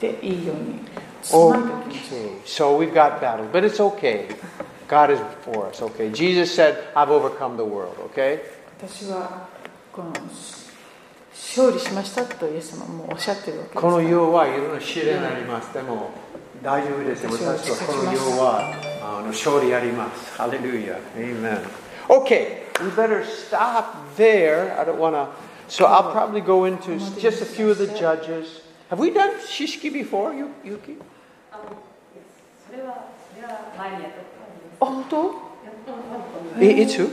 [SPEAKER 1] ていいように少ないとき
[SPEAKER 2] Okay, so we've got battle, but it's okay. God is for us, okay? Jesus said, I've overcome the world, okay?
[SPEAKER 1] 私はこの勝利しましたとイエス様はもうおっしゃってるわけです
[SPEAKER 2] この世はいろんな試練があります。でも大丈夫です。私はこの世はあの勝利あります。ハレルヤ。Amen. Okay, we better stop there. I don't want to. So I'll probably go into just a few of the judges. Have we done shishiki before, Yu- Yuki?
[SPEAKER 5] あのそれはそれは前にやったことあります
[SPEAKER 1] あ本当
[SPEAKER 2] I- It's who?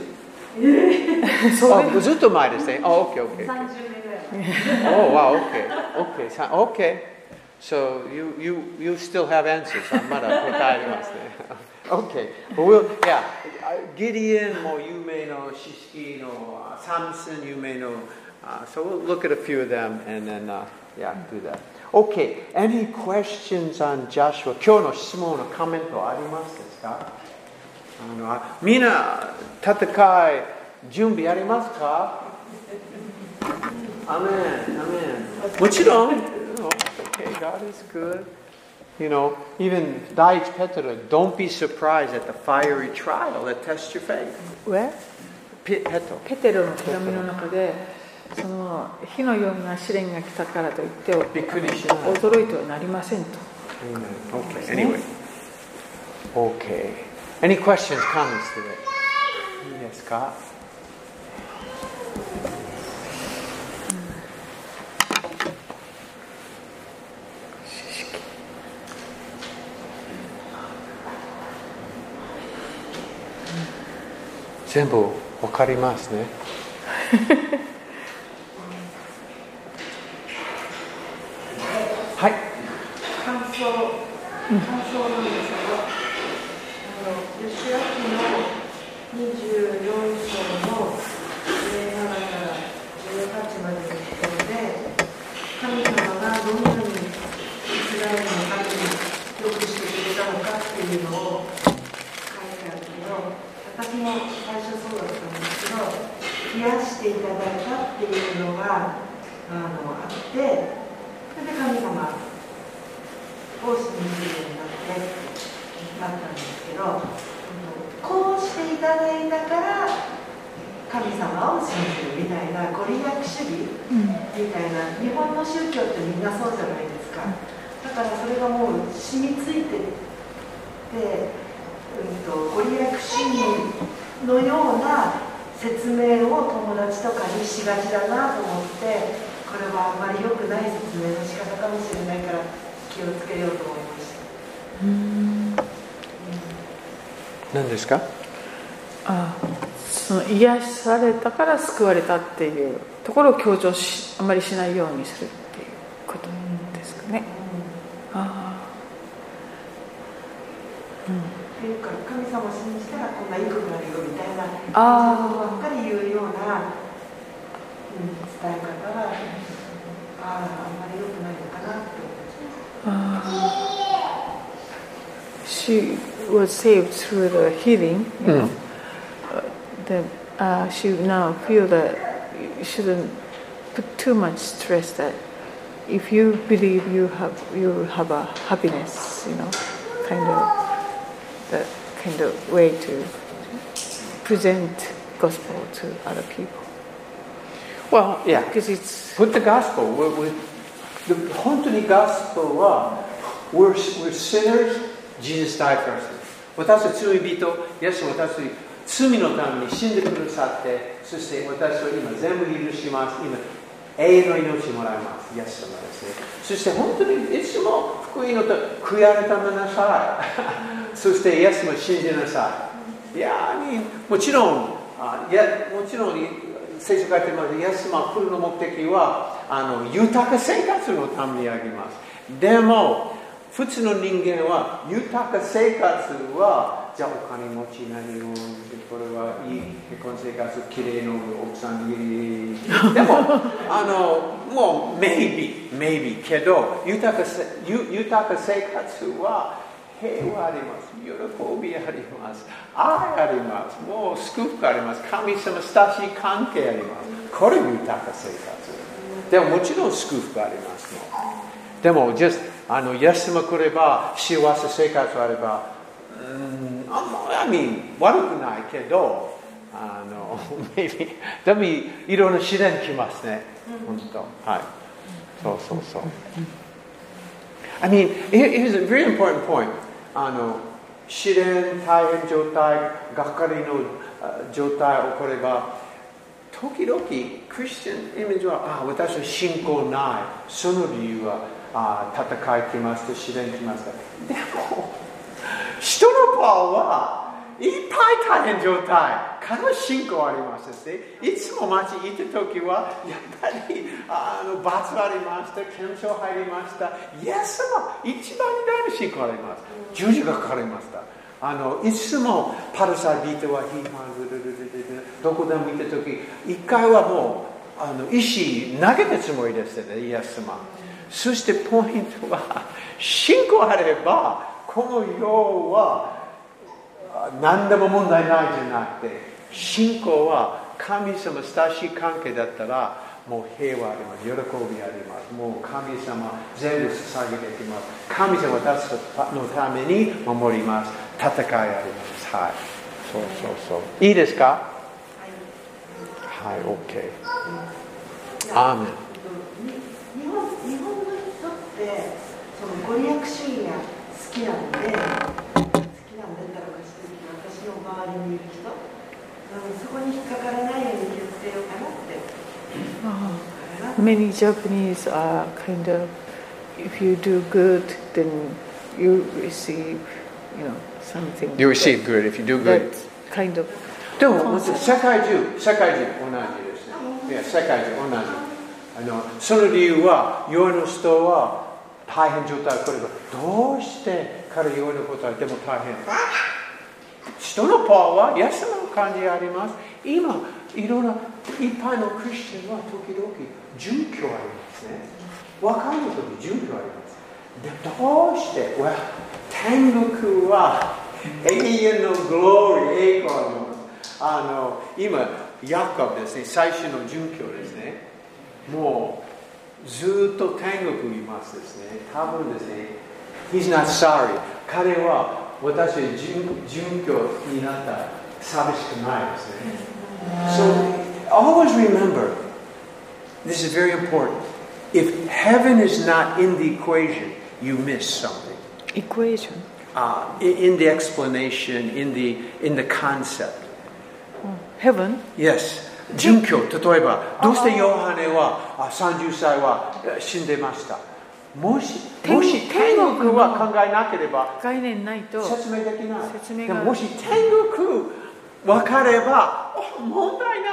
[SPEAKER 1] そういう
[SPEAKER 2] Oh, ずっと前ですね。Oh, okay,
[SPEAKER 5] 30年ぐ
[SPEAKER 2] okay.
[SPEAKER 5] らい前
[SPEAKER 2] Oh, wow, okay. Okay, so- okay. So you, you, you still have answers. まだ答えますね。okay. But we'll, yeah. Uh, Gideon も有名の、シシキの、uh, Samson 有名の、uh, So we'll look at a few of them and then, uh, yeah, do that. Okay. Any questions on Joshua? 今日の質問のコメントありますですかあの、あ、みんな戦い、準備ありますか Amen. Amen. もちろん、okay, God is good. You know, even 第一ペテロ don't be surprised at the fiery trial that tests your faith.
[SPEAKER 1] 上
[SPEAKER 2] ペペトロ。
[SPEAKER 1] ペテロの手紙の中でその火のような試練が来たからといって
[SPEAKER 2] びっくりしない
[SPEAKER 1] 驚いてはなりませんと
[SPEAKER 2] Okay, anyway. Okay. Any questions, comments today? Yes, Scott? 全部わかりますね。はい。
[SPEAKER 6] 感想、感想なんですけど、あの、吉明の24章の17から18までのところで、神様がどんなにイスラエルの民に良くしてくれたのかっていうのを書いてあるけど、私も最初そうだったんですけど、冷やしていただいたっていうのがあのあって、それで神様、を信じるようになってなったんですけどあのこうしていただいたから神様を信じるみたいなご利益主義みたいな日本の宗教ってみんなそうじゃないですかだからそれがもう染みついてて、うん、とご利益主義のような説明を友達とかにしがちだなと思ってこれはあんまり良くない説明の仕方かもしれないから気をつけようと思いました。
[SPEAKER 2] 何ですか
[SPEAKER 1] あその癒されたから救われたっていうところを強調しあまりしないようにするっていうことですかねあ
[SPEAKER 6] っていうか神様を信じたらこんな良くなるよみたいな
[SPEAKER 1] あー
[SPEAKER 6] そういうことばっかり言うような、うん、伝え方はあああんまり良くないのかなって思いました。
[SPEAKER 1] あ She was saved through the healing you know. the, uh, she now feel that you shouldn't put too much stress that if you believe you have you have a happiness you know kind of that kind of way to present gospel to other people
[SPEAKER 2] Well, yeah.
[SPEAKER 1] because it's
[SPEAKER 2] Put the gospel. We're, we're, the 本当にガスプは、we're, we're sinners, Jesus died for us. 私は罪人、イエスは私の罪のために死んでくださって、そして私は今全部許します。今永遠の命もらいます。イエス様ですね。そして本当にいつも福音のと悔やれためなさい。 そしてイエスも信じなさい。いやーにもちろん、あいやもちろん聖書書いてます。イエス様来るの目的はあの豊か生活のためにあります。でも普通の人間は豊か生活はじゃあお金持ち何をこれはいい結婚生活綺麗の奥さんにでも あのもう maybe maybe けど豊かせゆ豊か生活は平和あります喜びあります愛ありますもう祝福あります神様親しい関係ありますこれ豊か生活でももちろん祝福ありますねでも、just あの、イエス様来れば、幸せ生活あれば、うん、あんま、I mean 悪くないけど、あの、maybe、でも、いろんな自然来ますね。本当。はい。そうそうそう。I mean, here- here's a very important point. あの試練、大変状態、がっかりのあ状態起これば、時々クリスチャンイメージは、あ私は信仰ない。その理由は、あ戦い来ました、試練来ました。でも、人の場合はいっぱい大変状態から信仰ありますしいつも街行った時はやっぱりあの罰ありました検証入りましたイエス様一番偉大な信仰あります十字架かかりましたあのいつもパルサビートは批判ルルルルルルどこでも行った時一回はもうあの石投げたつもりですよねイエス様そしてポイントは信仰あればこの世はあ何でも問題ないじゃなくて信仰は神様親しい関係だったらもう平和あります喜びありますもう神様全部捧げていきます神様私のために守ります戦いありますはいそうそうそういいですかはい OK アーメン
[SPEAKER 6] 日本日本の人ってそのご利益主義が好きなんで好きなんでだろうかしてるけど私の周りにいる人うんそこに引っかからないように気をつけようかなって
[SPEAKER 1] uh,
[SPEAKER 6] だから
[SPEAKER 1] Many Japanese are kind of, if you do good, then you receive, you know, something.
[SPEAKER 7] You receive good if you do good.
[SPEAKER 1] That's kind of.
[SPEAKER 2] でももちろん世界中、世界中同じですね。いや、世界中同じ。あのその理由は、世の人は大変状態、これがどうして彼世のことはでも大変。人のパワーは、イエスの感じがあります。今、いろんな、いっぱいのクリスチャンは時々、住居ありますね。若いの時、住居あります。でどうして、わ天国は永遠のグローリー、栄光の。あの今、ヤコブですね、最初の殉教ですね。もうずっと天国にいますですね。多分ですね、He's not sorry. 彼は私、殉殉教になったら寂しくないですね。So, always remember, this is very important. If heaven is not in the equation, you miss something.
[SPEAKER 1] Equation.
[SPEAKER 2] Uh, in in the explanation, in the, in the concept.
[SPEAKER 1] Heaven.
[SPEAKER 2] Yes. 殉教、例えば、どうしてヨハネはあ30歳はえ死んでましたもし、
[SPEAKER 1] 天
[SPEAKER 2] もし天
[SPEAKER 1] 天国
[SPEAKER 2] 国は考えなければ
[SPEAKER 1] 概念ないと
[SPEAKER 2] 説明できない。
[SPEAKER 1] 説明
[SPEAKER 2] で
[SPEAKER 1] が
[SPEAKER 2] ももし天国分かれば、 あ問題ない。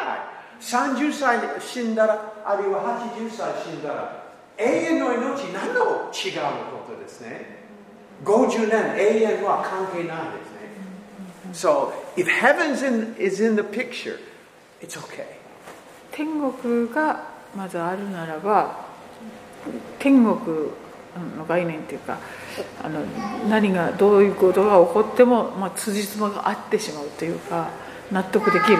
[SPEAKER 2] 30歳死んだら、あるいは80歳死んだら、永遠の命、何の違うことですね。50年、永遠は関係ないですね。So, if heaven s in, is in the picture, it's okay.
[SPEAKER 1] 天国がまずあるならば天国の概念っていうかあの何がどういうことが起こっても、まあ、辻褄が合ってしまうというか納得できる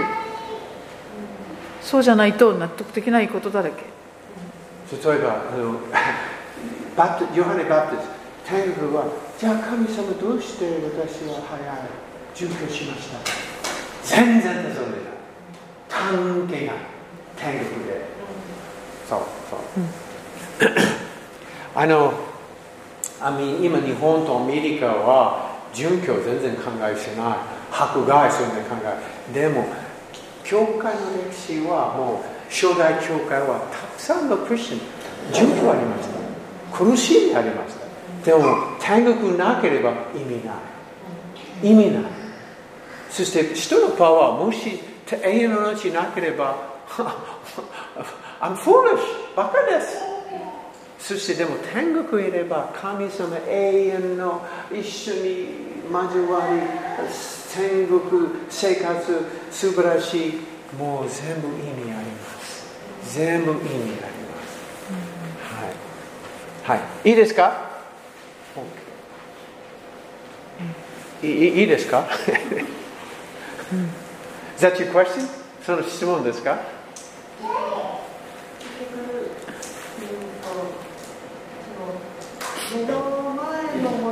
[SPEAKER 1] そうじゃないと納得できないことだらけ
[SPEAKER 2] 例えばあ のバプテヨハネ・バプテス天国はじゃあ神様どうして私は早い殉教しました全然望んでない関係ない天国で、そうそう、 あの I mean, 今日本とアメリカは殉教全然考えてない迫害全然考えでも教会の歴史はもう初代教会はたくさんのクリスチャン殉教ありました苦しみありましたでも天国なければ意味ない意味ないそして人のパワーもし永遠の命なければ I'm foolish バカですそしてでも天国へいれば神様永遠の一緒に交わり天国生活素晴らしいもう全部意味あります全部意味あります、はい、はい、いいですか、OK いいいいですか Is that your question? その質問ですか
[SPEAKER 6] 結局うんとその目の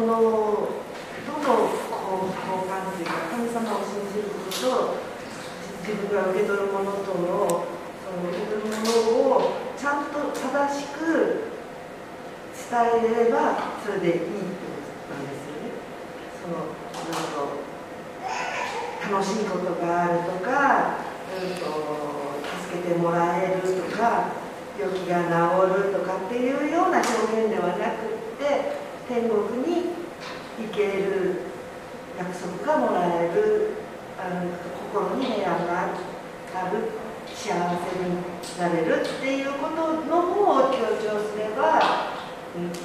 [SPEAKER 6] と正しく伝えればそれでいいってことなんですよねそのなんか楽しいことがあるとか、うん、と助けてもらえるとか病気が治るとかっていうような表現ではなくって天国に行ける約束がもらえるあの心に平安がある幸せになれるっていうことの方を強調すれば、うん、と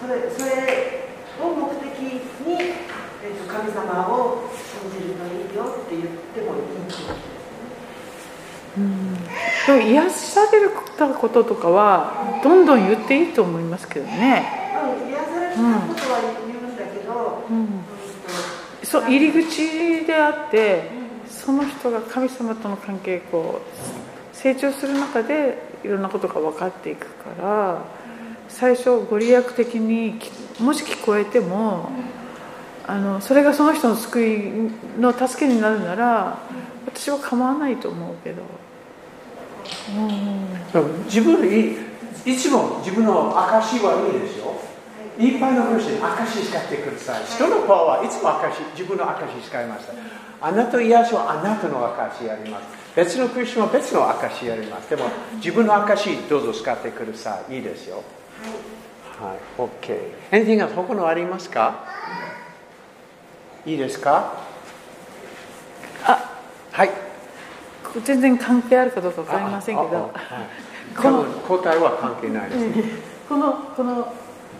[SPEAKER 6] それそれを目的に、えー、と神様を信じるといいよって言ってもいいってこと
[SPEAKER 1] でも癒されたこととかはどんどん言っていいと思いますけどね、
[SPEAKER 6] うん癒されたことは言うんだけど、うんと
[SPEAKER 1] そう入り口であってその人が神様との関係こう成長する中でいろんなことが分かっていくから最初ご利益的にきもし聞こえてもあのそれがその人の救いの助けになるなら私は構わないと思うけど。
[SPEAKER 2] 自分いいつも自分の証はいいですよ。いっぱいの人に証し使ってください。人のパワーはいつも証し、自分の証し使いました。あなたの癒しはあなたの証しやります。別のクリスチャンは別の証しやります。でも自分の証しどうぞ使ってください。いいですよ。はい。OK。Anything else? 他のありますかいいですか
[SPEAKER 1] あ
[SPEAKER 2] はい。
[SPEAKER 1] 全然関係あるかどうか分かりませんけ
[SPEAKER 2] ああ
[SPEAKER 1] ど
[SPEAKER 2] あはい
[SPEAKER 1] この
[SPEAKER 2] 多分交代は関係ないですね。
[SPEAKER 1] このこの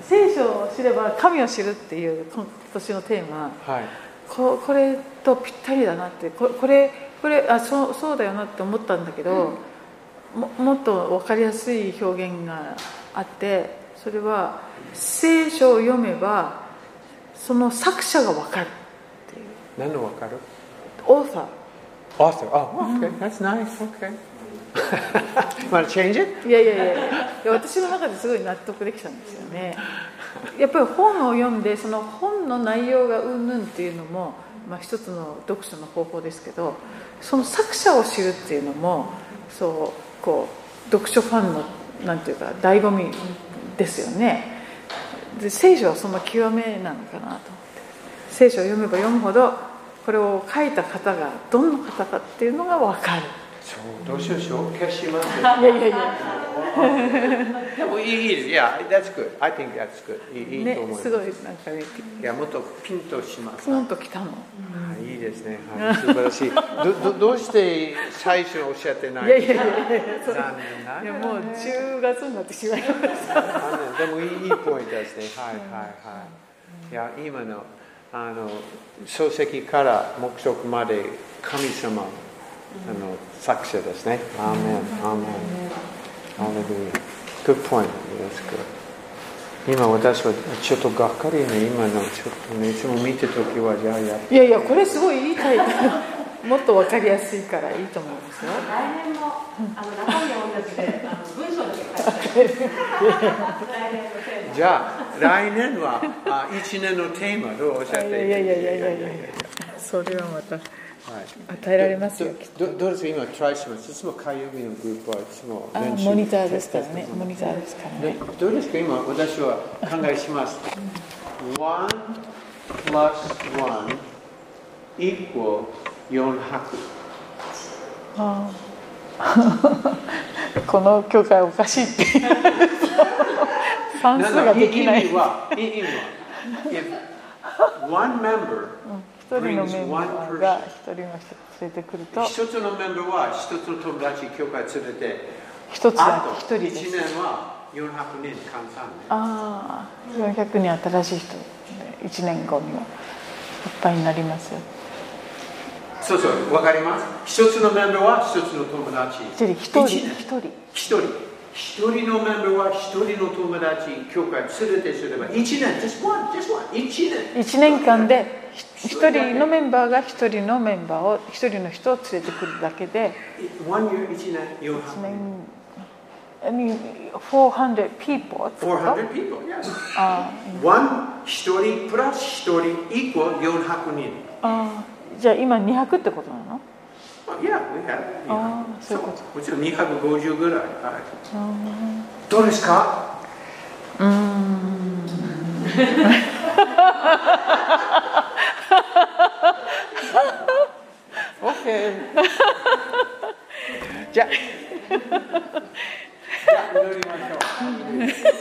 [SPEAKER 1] 聖書を知れば神を知るっていう今年のテーマ
[SPEAKER 2] はい。
[SPEAKER 1] ここれとぴったりだなってここれこれあそうそうだよなって思ったんだけど、ももっと分かりやすい表現があってそれは聖書を読めばその作者が分かるっていう
[SPEAKER 2] 何のわかる
[SPEAKER 1] オーサー
[SPEAKER 2] Author. Oh, okay. That's nice. Okay. Want to change it?
[SPEAKER 1] いやいやいやいや私の中ですごい納得できたんですよねやっぱり本を読んでその本の内容がうんぬんっていうのも、まあ、一つの読書の方法ですけどその作者を知るっていうのもそうこう読書ファンのなんていうか醍醐味ですよねで聖書はその極めなのかなと思って聖書を読めば読むほどこれを書いた方がどんな方かっていうのが分かる
[SPEAKER 2] そうどうしましょう消します。
[SPEAKER 1] いやいやいや
[SPEAKER 2] でもいいいい。いや、that's good. I think that's good. いい,、いい
[SPEAKER 1] ね
[SPEAKER 2] と思いますす。
[SPEAKER 1] ごいなんかね
[SPEAKER 2] いや、もっとピンとします。
[SPEAKER 1] ポンときたの、
[SPEAKER 2] はいいいですね。はい、素晴らしい。どどどうして最初におっしゃってない
[SPEAKER 1] いやいやいやい
[SPEAKER 2] 残念ながら
[SPEAKER 1] やいやもう10月になってしまいました
[SPEAKER 2] あのでもいいいいポイントですね。はいはいはい。いや今のあの漱石から目測まで神様あの作者ですね。アーメンアーメン。ハレルヤ。Good point. That's good. 今私はちょっとがっかりね今のちょっとねいつも見てるときはじゃあやっ
[SPEAKER 1] いやいやこれすごいいいタイトルもっと分かりやすいからいいと思いますよ
[SPEAKER 8] 来年もあの中身は同じであの文章だけ書いて来年のテーマ
[SPEAKER 2] じゃあ来年はあ一年のテーマどうおっしゃって
[SPEAKER 1] いやいやいやいやいやいやいやそれはまた
[SPEAKER 2] はい。
[SPEAKER 1] 与えられますよ
[SPEAKER 2] どどどうですか今トライしてますいつも火曜日のグループはいつも
[SPEAKER 1] あ
[SPEAKER 2] 練習
[SPEAKER 1] モニターですからねモニターですから
[SPEAKER 2] で
[SPEAKER 1] ね
[SPEAKER 2] どうですか今私は考えします1 plus 1 equal 4拍
[SPEAKER 1] ああ この教会おかしいっていう 算数ができない
[SPEAKER 2] 意味はいい意味は if one member
[SPEAKER 1] 一人のメンバー
[SPEAKER 2] brings one
[SPEAKER 1] が
[SPEAKER 2] person
[SPEAKER 1] 一人の人連れてくると
[SPEAKER 2] 一つのメンバーは一つの友達教会連れて
[SPEAKER 1] 一つだ
[SPEAKER 2] あ
[SPEAKER 1] 一
[SPEAKER 2] と
[SPEAKER 1] 人
[SPEAKER 2] 1
[SPEAKER 1] で
[SPEAKER 2] 年
[SPEAKER 1] す
[SPEAKER 2] は400人換算ね
[SPEAKER 1] ああ400人新しい人1年後にはいっぱいになりますよ
[SPEAKER 2] そうそうわかります一つのメンバーは一つの友達
[SPEAKER 1] 一人一人
[SPEAKER 2] 一年
[SPEAKER 1] 一人
[SPEAKER 2] 一人一人のメンバーは一人の友達教会連れてすれば一年 just one just one 一年
[SPEAKER 1] 1年間で一人のメンバーが一人のメンバーを一人の人を連れてくるだけで
[SPEAKER 2] one year 一年
[SPEAKER 1] 1
[SPEAKER 2] 四百
[SPEAKER 1] 年 I mean, 400 people ってこと
[SPEAKER 2] 四百 people yes
[SPEAKER 1] あ
[SPEAKER 2] one 一人プラス一人 equal 四百人
[SPEAKER 1] ーあーじゃあ今200ってことなの
[SPEAKER 2] Oh, yeah we have
[SPEAKER 1] あー
[SPEAKER 2] 200
[SPEAKER 1] そういうこと
[SPEAKER 2] もちろん二百五十ぐらいはい
[SPEAKER 1] あ
[SPEAKER 2] どうですか
[SPEAKER 9] うーん
[SPEAKER 1] Okay. じゃあ
[SPEAKER 2] じゃあ祈りましょう